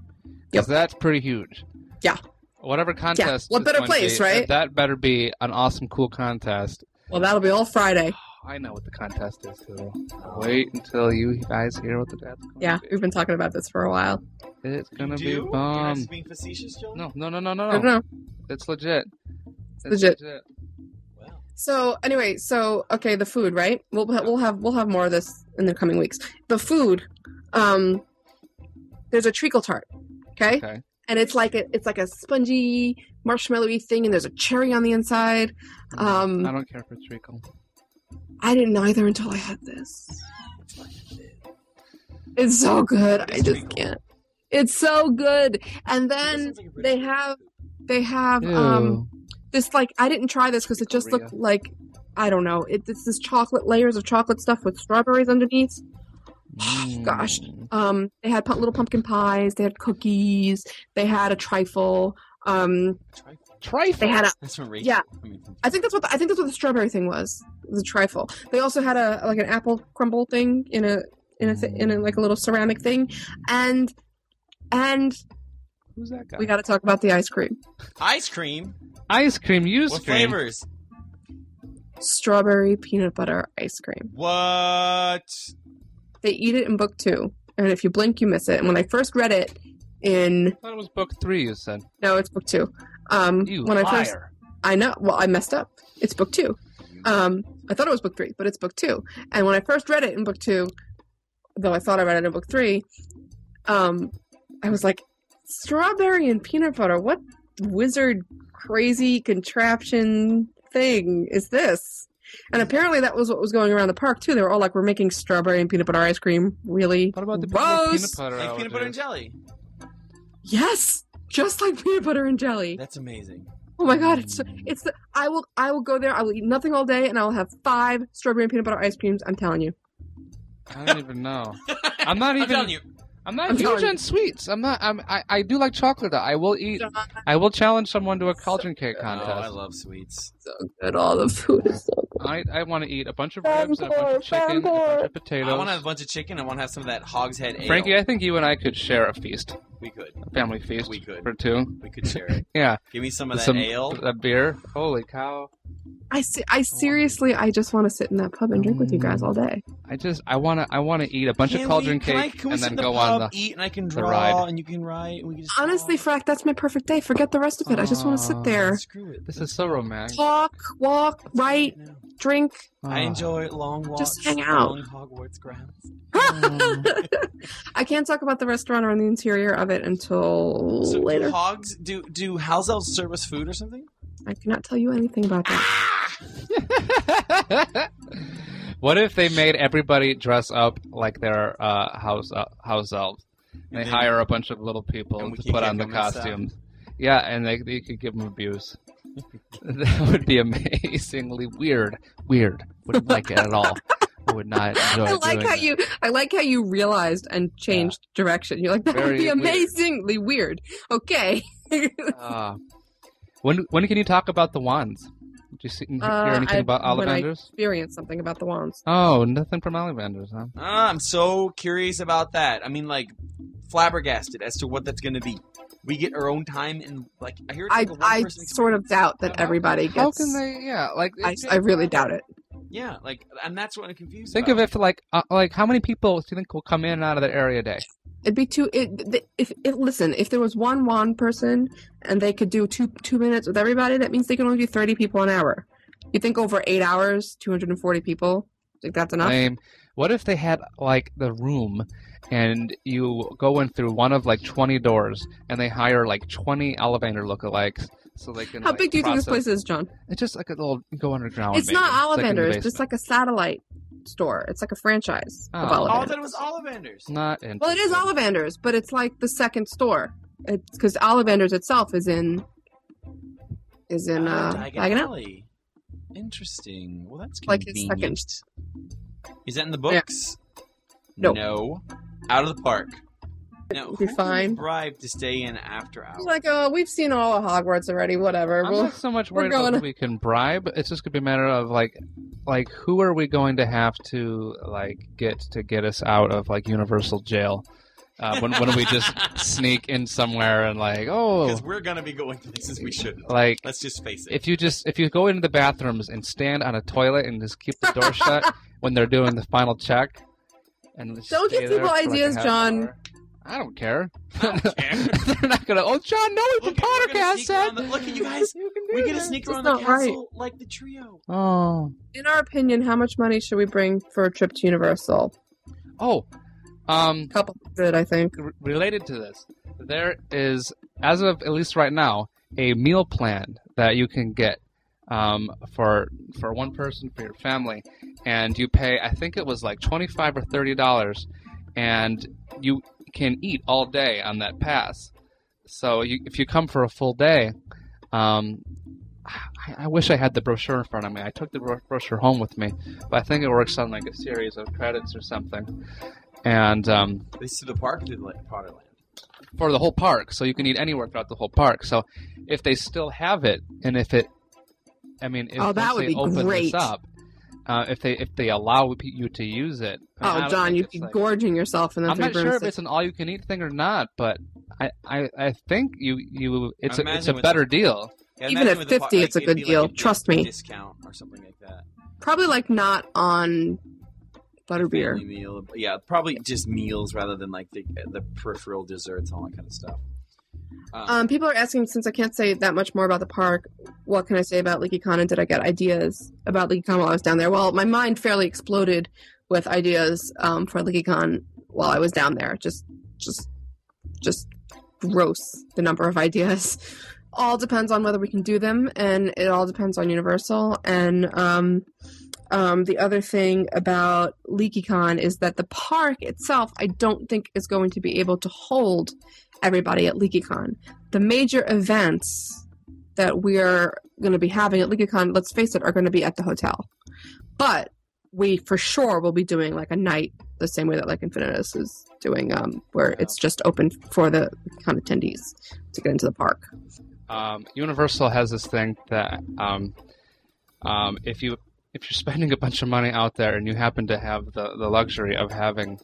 Speaker 6: Yep.
Speaker 7: Because that's pretty huge.
Speaker 6: Yeah.
Speaker 7: Whatever contest.
Speaker 6: What
Speaker 7: it's
Speaker 6: better
Speaker 7: going to be,
Speaker 6: place, right?
Speaker 7: That better be an awesome, cool contest. Oh,
Speaker 6: Well, that'll be all Friday.
Speaker 7: I know what the contest is, too. Wait until you guys hear what the dad's going
Speaker 6: Yeah,
Speaker 7: to
Speaker 6: we've been talking about this for a while.
Speaker 7: be. It's going to
Speaker 4: you do?
Speaker 7: be
Speaker 4: You're not
Speaker 7: bomb.
Speaker 4: just being facetious, John.
Speaker 7: No, no, no, no,
Speaker 6: I
Speaker 7: no,
Speaker 6: don't
Speaker 7: no.
Speaker 6: know.
Speaker 7: It's legit. It's
Speaker 6: legit.
Speaker 4: Wow.
Speaker 6: So anyway, so okay, the food, right? We'll we'll have we'll have more of this in the coming weeks. The food, um, there's a treacle tart, okay,
Speaker 7: Okay.
Speaker 6: and it's like a, it's like a spongy marshmallowy thing, and there's a cherry on the inside.
Speaker 7: I
Speaker 6: Um,
Speaker 7: don't care for treacle.
Speaker 6: I didn't know either until I had this. It's so good. I just can't. It's so good. And then they have they have um
Speaker 7: Ew.
Speaker 6: this like I didn't try this because it just
Speaker 7: Korea.
Speaker 6: looked like I don't know. It, it's this chocolate layers of chocolate stuff with strawberries underneath. <sighs> gosh.
Speaker 7: Mm.
Speaker 6: Um, they had pu- little pumpkin pies. They had cookies. They had a trifle. Um,
Speaker 7: Trifle.
Speaker 6: they had a.
Speaker 4: <laughs> That's from Rachel.
Speaker 6: Yeah.
Speaker 4: I mean, from
Speaker 6: I think that's what the, I think that's what the strawberry thing was. The trifle. They also had a like an apple crumble thing in a in a th- in a, like a little ceramic thing, and and
Speaker 7: Who's that guy?
Speaker 6: we got to talk about the ice cream.
Speaker 4: ice cream.
Speaker 7: ice cream. Use
Speaker 4: What
Speaker 7: cream.
Speaker 4: flavors?
Speaker 6: Strawberry peanut butter ice cream.
Speaker 4: What?
Speaker 6: They eat it in book two, and if you blink, you miss it. And when I first read it in
Speaker 7: I thought it was book three. You said.
Speaker 6: no, it's book two. Um,
Speaker 7: You
Speaker 6: when
Speaker 7: liar.
Speaker 6: I first, I know. Well, I messed up. It's book two. Um, I thought it was book three, but it's book two. And when I first read it in book two, though I thought I read it in book three, um, I was like, strawberry and peanut butter. What wizard crazy contraption thing is this? And apparently that was what was going around the park too. They were all like, "We're making strawberry and peanut butter ice cream." Really?
Speaker 7: What about the
Speaker 6: gross?
Speaker 7: peanut butter?
Speaker 4: Like peanut butter and
Speaker 7: allergies?
Speaker 4: jelly.
Speaker 6: Yes, just like peanut butter and jelly.
Speaker 4: That's amazing.
Speaker 6: Oh my god, it's it's the I will I will go there. I will eat nothing all day, and I will have five strawberry and peanut butter ice creams. I'm telling you.
Speaker 7: I don't even
Speaker 4: <laughs>
Speaker 7: know. I'm not
Speaker 4: I'm
Speaker 7: even.
Speaker 4: telling you.
Speaker 7: I'm not
Speaker 6: I'm
Speaker 7: huge
Speaker 6: telling you.
Speaker 7: on sweets. I'm not. I'm, I I do like chocolate. though. I will eat. I will challenge someone to a cauldron cake
Speaker 4: Oh, I
Speaker 7: contest.
Speaker 4: love sweets.
Speaker 6: So good. All the food is so good.
Speaker 7: I I want to eat a bunch of
Speaker 6: Sound
Speaker 7: ribs, and a bunch of
Speaker 6: good, sound
Speaker 7: chicken, and a bunch of
Speaker 4: I want to have a
Speaker 7: potatoes.
Speaker 4: bunch of chicken. I want to have some of that hogshead ale.
Speaker 7: Frankie, I think you and I could share a feast,
Speaker 4: we could.
Speaker 7: a family feast
Speaker 4: We could.
Speaker 7: for two.
Speaker 4: We could share it.
Speaker 7: <laughs> Yeah,
Speaker 4: Give me some of that
Speaker 7: some
Speaker 4: ale.
Speaker 7: a beer. Holy cow!
Speaker 6: I se- I seriously I just want to sit in that pub and drink with you guys all day.
Speaker 7: I just I want to I want to eat a bunch of cauldron
Speaker 4: can I,
Speaker 7: cake
Speaker 4: can we
Speaker 7: and
Speaker 4: sit
Speaker 7: then
Speaker 4: in the
Speaker 7: go
Speaker 4: pub,
Speaker 7: on the
Speaker 4: eat, and I can
Speaker 7: the
Speaker 4: draw,
Speaker 7: ride.
Speaker 4: and you can write, and we can just
Speaker 6: Honestly,
Speaker 4: talk. Oh,
Speaker 6: Frack, that's my perfect day. Forget the rest of it. I just want to sit there,
Speaker 4: Screw it.
Speaker 7: This is so romantic. Ah.
Speaker 6: talk, walk, write,
Speaker 4: No.
Speaker 6: drink.
Speaker 4: I enjoy long walks.
Speaker 6: Just hang out.
Speaker 4: Long Hogwarts grounds.
Speaker 6: I can't talk about the restaurant or the interior of it until
Speaker 4: So do
Speaker 6: later.
Speaker 4: hogs do do house elves serve us food or something?
Speaker 6: I cannot tell you anything about that.
Speaker 7: <laughs> what if they made everybody dress up like their uh, house uh, house elves? And they
Speaker 4: then-
Speaker 7: hire a bunch of little
Speaker 4: and
Speaker 7: people
Speaker 4: we
Speaker 7: to
Speaker 4: can
Speaker 7: put
Speaker 4: kick
Speaker 7: on the
Speaker 4: them inside.
Speaker 7: costumes. Yeah, and they, they could give
Speaker 6: <laughs>
Speaker 7: them abuse. <laughs> that would be amazingly weird. Weird. Wouldn't like it at all. would not
Speaker 6: <laughs>
Speaker 7: enjoy
Speaker 6: I like
Speaker 7: doing
Speaker 6: how
Speaker 7: that.
Speaker 6: you I like how you realized and changed direction. You're like that would
Speaker 7: Very
Speaker 6: be
Speaker 7: weird.
Speaker 6: amazingly weird. Okay. <laughs>
Speaker 7: Ah. when when can you talk about the wands? Did you see, hear
Speaker 6: Uh,
Speaker 7: anything
Speaker 6: I-
Speaker 7: about
Speaker 6: when I-
Speaker 7: Ollivanders?
Speaker 6: Experience something about the wands.
Speaker 7: Oh, nothing from Ollivanders, huh?
Speaker 4: Ah, I'm so curious about that. I mean, like, flabbergasted as to what that's going to be. We get our own time, and like, I hear it's
Speaker 6: I
Speaker 4: like a one
Speaker 6: I
Speaker 4: person. Ex-
Speaker 6: sort of doubt that everybody
Speaker 7: How
Speaker 6: gets
Speaker 7: can they? Yeah, like
Speaker 6: I,
Speaker 7: it's-
Speaker 6: I really doubt it.
Speaker 4: yeah, like, and that's what I'm confused.
Speaker 7: think
Speaker 4: about.
Speaker 7: of it for like uh, like how many people do you think will come in and out of that area a day?
Speaker 6: It'd be too. It, th- if, if listen, if there was one wand person and they could do two two minutes with everybody, that means they can only do thirty people an hour. You think over eight hours, two hundred and forty people, think that's enough?
Speaker 7: Lame. What if they had like the room and you go in through one of like 20 doors and they hire like 20 Ollivander lookalikes so they can
Speaker 6: How
Speaker 7: like,
Speaker 6: big do you think this
Speaker 7: process-
Speaker 6: place is, John?
Speaker 7: It's just like a little go underground.
Speaker 6: it's
Speaker 7: maybe.
Speaker 6: not
Speaker 7: like, in the
Speaker 6: Ollivander. it's just
Speaker 7: basement.
Speaker 6: like a satellite store. It's like a franchise of
Speaker 4: Oh,
Speaker 7: Oh.
Speaker 4: I
Speaker 6: Ollivander.
Speaker 4: thought it was Ollivanders.
Speaker 7: not
Speaker 6: Well, it is
Speaker 7: interesting.
Speaker 6: Ollivander's, but it's like the second store. It's because Ollivander's itself is in is in uh,
Speaker 4: Ah, Diagon
Speaker 6: Diagon Alley.
Speaker 4: Alley. Interesting. Well, that's
Speaker 6: Like his
Speaker 4: convenient.
Speaker 6: second-
Speaker 4: Is that in the books?
Speaker 6: No.
Speaker 4: No. Out of the park. Now,
Speaker 6: It'd be
Speaker 4: who can
Speaker 6: fine.
Speaker 4: Bribe to stay in after hours.
Speaker 6: He's like, oh, we've seen all of Hogwarts already. Whatever.
Speaker 7: I'm
Speaker 6: We'll-
Speaker 7: not so much
Speaker 6: we're
Speaker 7: worried about
Speaker 6: going-
Speaker 7: who we can bribe. It's just gonna be a matter of like, like who are we going to have to like get to get us out of like Universal Jail? Uh, when when we just sneak in somewhere and like oh
Speaker 4: Because we're gonna be going places we shouldn't.
Speaker 7: like
Speaker 4: Let's just face it.
Speaker 7: if you just if you go into the bathrooms and stand on a toilet and just keep the door shut when they're doing the final check and just
Speaker 6: Don't give
Speaker 7: stay there
Speaker 6: people
Speaker 7: for, like, a
Speaker 6: ideas,
Speaker 7: half
Speaker 6: John.
Speaker 7: hour. I don't care. <laughs>
Speaker 4: I don't
Speaker 6: <laughs>
Speaker 4: care.
Speaker 7: They're not gonna. Oh, John, no, it's
Speaker 4: Look,
Speaker 7: a
Speaker 4: we're gonna
Speaker 7: podcast.
Speaker 4: sneak around
Speaker 7: said.
Speaker 4: the- look at you
Speaker 6: <laughs>
Speaker 4: guys.
Speaker 7: You can do
Speaker 4: we get to
Speaker 7: that.
Speaker 4: sneak
Speaker 6: That's
Speaker 4: around the
Speaker 6: not right.
Speaker 4: castle like the trio.
Speaker 7: Oh.
Speaker 6: in our opinion, how much money should we bring for a trip to Universal?
Speaker 7: Oh, um,
Speaker 6: Couple hundred, I think.
Speaker 7: r- related to this, there is, as of at least right now, a meal plan that you can get um, for for one person for your family, and you pay. I think it was like twenty five or thirty dollars, and you can eat all day on that pass. So you, if you come for a full day, um, I, I wish I had the brochure in front of me. I took the bro- brochure home with me, but I think it works on like a series of credits or something. And um,
Speaker 4: This is the park to the like, Potterland.
Speaker 7: for the whole park, so you can eat anywhere throughout the whole park. So if they still have it, and if it, I mean, if
Speaker 6: Oh, that
Speaker 7: once
Speaker 6: would
Speaker 7: they
Speaker 6: be
Speaker 7: open
Speaker 6: great.
Speaker 7: this up, uh, if they if they allow p- you to use it. I mean, I
Speaker 6: Oh,
Speaker 7: don't
Speaker 6: John,
Speaker 7: think
Speaker 6: you'd
Speaker 7: it's
Speaker 6: be
Speaker 7: like-
Speaker 6: gorging yourself and then
Speaker 7: I'm
Speaker 6: three
Speaker 7: not sure if
Speaker 6: broomsticks.
Speaker 7: it's an all-you-can-eat thing or not, but I, I, I think you you it's a, it's
Speaker 4: Imagine
Speaker 7: a
Speaker 4: with
Speaker 7: better
Speaker 4: the-
Speaker 7: deal.
Speaker 4: Yeah,
Speaker 6: Even
Speaker 4: imagine
Speaker 6: at
Speaker 4: with the
Speaker 6: 50, it's a
Speaker 4: it'd
Speaker 6: good
Speaker 4: be
Speaker 6: deal.
Speaker 4: Like a big
Speaker 6: Trust me.
Speaker 4: Discount or something like that.
Speaker 6: Probably like not on
Speaker 4: Family
Speaker 6: butterbeer.
Speaker 4: meal. Yeah, probably just meals rather than like the the peripheral desserts, all that kind of stuff. Um,
Speaker 6: Um, people are asking since I can't say that much more about the park, what can I say about LeakyCon and did I get ideas about LeakyCon while I was down there? Well, my mind fairly exploded with ideas um, for LeakyCon while I was down there. Just, just, just gross the number of ideas. <laughs> All depends on whether we can do them, and it all depends on Universal. And um, um, the other thing about LeakyCon is that the park itself, I don't think, is going to be able to hold everybody at LeakyCon. The major events that we are going to be having at LeakyCon, let's face it, are going to be at the hotel. But we for sure will be doing like a night the same way that like Infinitus is doing, um, where
Speaker 7: Yeah.
Speaker 6: it's just open for the con attendees to get into the park.
Speaker 7: um, Universal has this thing that um, um, if you if you're spending a bunch of money out there and you happen to have the, the luxury of having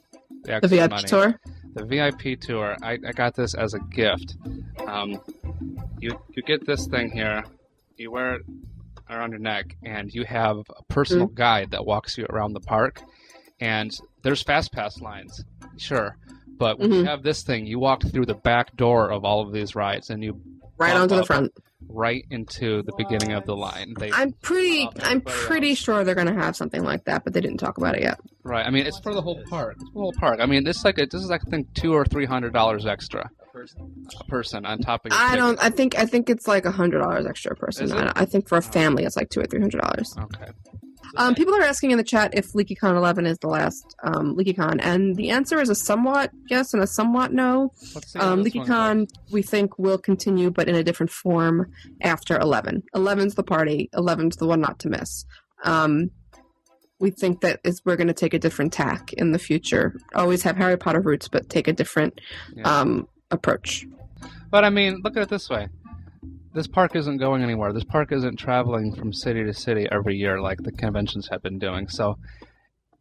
Speaker 7: the,
Speaker 6: The
Speaker 7: extra
Speaker 6: VIP
Speaker 7: money,
Speaker 6: tour.
Speaker 7: the VIP tour. I, I got this as a gift. Um, you you get this thing here. You wear it around your neck, and you have a personal
Speaker 6: Hmm.
Speaker 7: guide that walks you around the park. And there's fast pass lines, sure, but when you
Speaker 6: Mhm.
Speaker 7: have this thing, you walk through the back door of all of these rides, and you
Speaker 6: Right
Speaker 7: Pop
Speaker 6: onto the
Speaker 7: up.
Speaker 6: front.
Speaker 7: right into the beginning of the line. They
Speaker 6: I'm pretty.
Speaker 7: Pop
Speaker 6: I'm
Speaker 7: everybody
Speaker 6: pretty
Speaker 7: else.
Speaker 6: sure they're gonna have something like that, but they didn't talk about it yet.
Speaker 7: right. I mean, it's for the whole park. It's for the whole park. I mean, this like a, this is like I think two or three hundred dollars extra
Speaker 4: a person.
Speaker 7: a person on top of. Your
Speaker 6: I
Speaker 7: ticket.
Speaker 6: don't. I think. I think it's like a hundred dollars extra a
Speaker 7: Is
Speaker 6: person.
Speaker 7: it?
Speaker 6: I, I think for a family, it's like two or three hundred dollars.
Speaker 7: Okay.
Speaker 6: Um, people are asking in the chat if LeakyCon 11 is the last um, LeakyCon, and the answer is a somewhat yes and a somewhat no.
Speaker 7: Let's see how
Speaker 6: Um,
Speaker 7: this one goes.
Speaker 6: LeakyCon, we think, will continue, but in a different form after 11. 11's the party, 11's the one not to miss. Um, we think that is we're going to take a different tack in the future. Always have Harry Potter roots, but take a different
Speaker 7: Yeah.
Speaker 6: um, approach.
Speaker 7: But I mean, look at it this way. This park isn't going anywhere. This park isn't traveling from city to city every year like the conventions have been doing. So,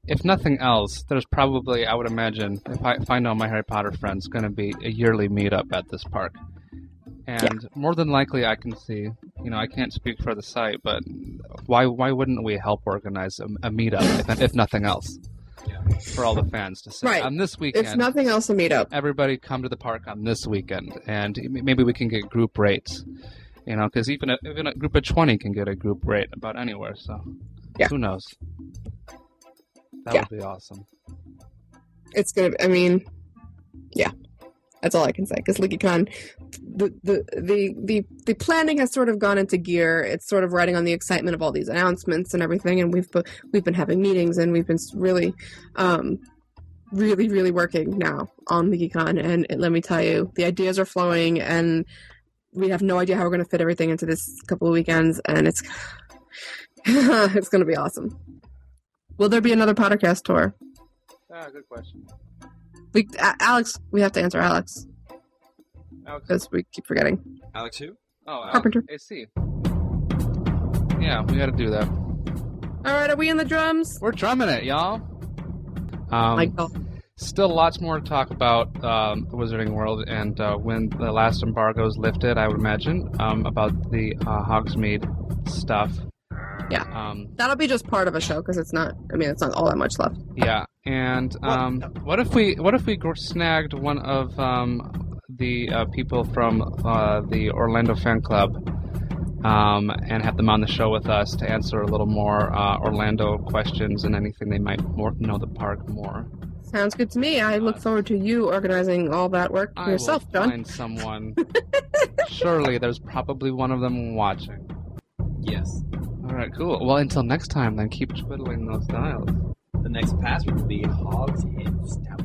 Speaker 7: if nothing else, there's probably, I would imagine, if I find all my Harry Potter friends, going to be a yearly meetup at this park. And more than likely, I can see, you know, I can't speak for the site, but why why wouldn't we help organize a, a meetup, if, if nothing else, for all the fans to say
Speaker 6: Right.
Speaker 7: on this weekend?
Speaker 6: If nothing else, a meetup.
Speaker 7: everybody come to the park on this weekend, and m- maybe we can get group rates. You know, because even a, even a group of twenty can get a group rate about anywhere. So,
Speaker 6: Yeah.
Speaker 7: who knows? That
Speaker 6: Yeah.
Speaker 7: would be awesome.
Speaker 6: It's gonna. I mean, yeah, that's all I can say. Because LeakyCon, the, the the the the planning has sort of gone into gear. It's sort of riding on the excitement of all these announcements and everything. And we've bu- we've been having meetings, and we've been s- really, um, really, really working now on LeakyCon. And it, let me tell you, the ideas are flowing, and we have no idea how we're gonna fit everything into this couple of weekends. And it's <sighs> it's gonna be awesome. Will there be another podcast tour?
Speaker 7: Ah, good question.
Speaker 6: We A- Alex, we have to answer Alex
Speaker 7: Alex,
Speaker 6: because we keep forgetting.
Speaker 4: Alex, who?
Speaker 7: oh, Alex,
Speaker 6: Carpenter.
Speaker 7: AC. Yeah, we got to do that.
Speaker 6: All right, are we in the drums?
Speaker 7: We're drumming it, y'all. Um,
Speaker 6: Like, oh,
Speaker 7: Still lots more to talk about um, the Wizarding World and uh, when the last embargo is lifted, I would imagine, um, about the uh, Hogsmeade stuff.
Speaker 6: Yeah.
Speaker 7: Um,
Speaker 6: that'll be just part of a show because it's not. I mean, it's not all that much left.
Speaker 7: yeah. And um, what if we what if we gr- snagged one of um, the uh, people from uh, the Orlando fan club um, and have them on the show with us to answer a little more uh, Orlando questions and anything they might more know the park more.
Speaker 6: Sounds good to me. I look forward to you organizing all that work
Speaker 7: I
Speaker 6: yourself,
Speaker 7: will
Speaker 6: John.
Speaker 7: find someone. Surely there's probably one of them watching.
Speaker 4: Yes.
Speaker 7: All right, cool. Well, until next time, then keep twiddling those dials.
Speaker 4: The next password will be Hog's Head Stout.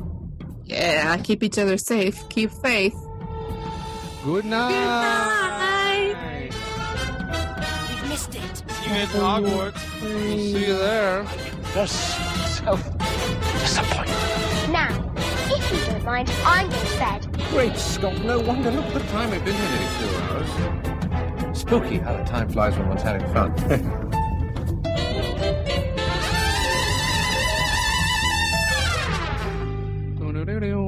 Speaker 6: Yeah, keep each other safe. Keep faith.
Speaker 7: Good night.
Speaker 8: We've missed it.
Speaker 7: See you at Hogwarts. We'll see you there.
Speaker 8: Now, if you don't mind, I'm going to bed.
Speaker 9: Great Scott, no wonder. Look at the time. We've been here nearly two hours. Spooky how the time flies when one's having fun.
Speaker 7: Doo-doo-doo-doo.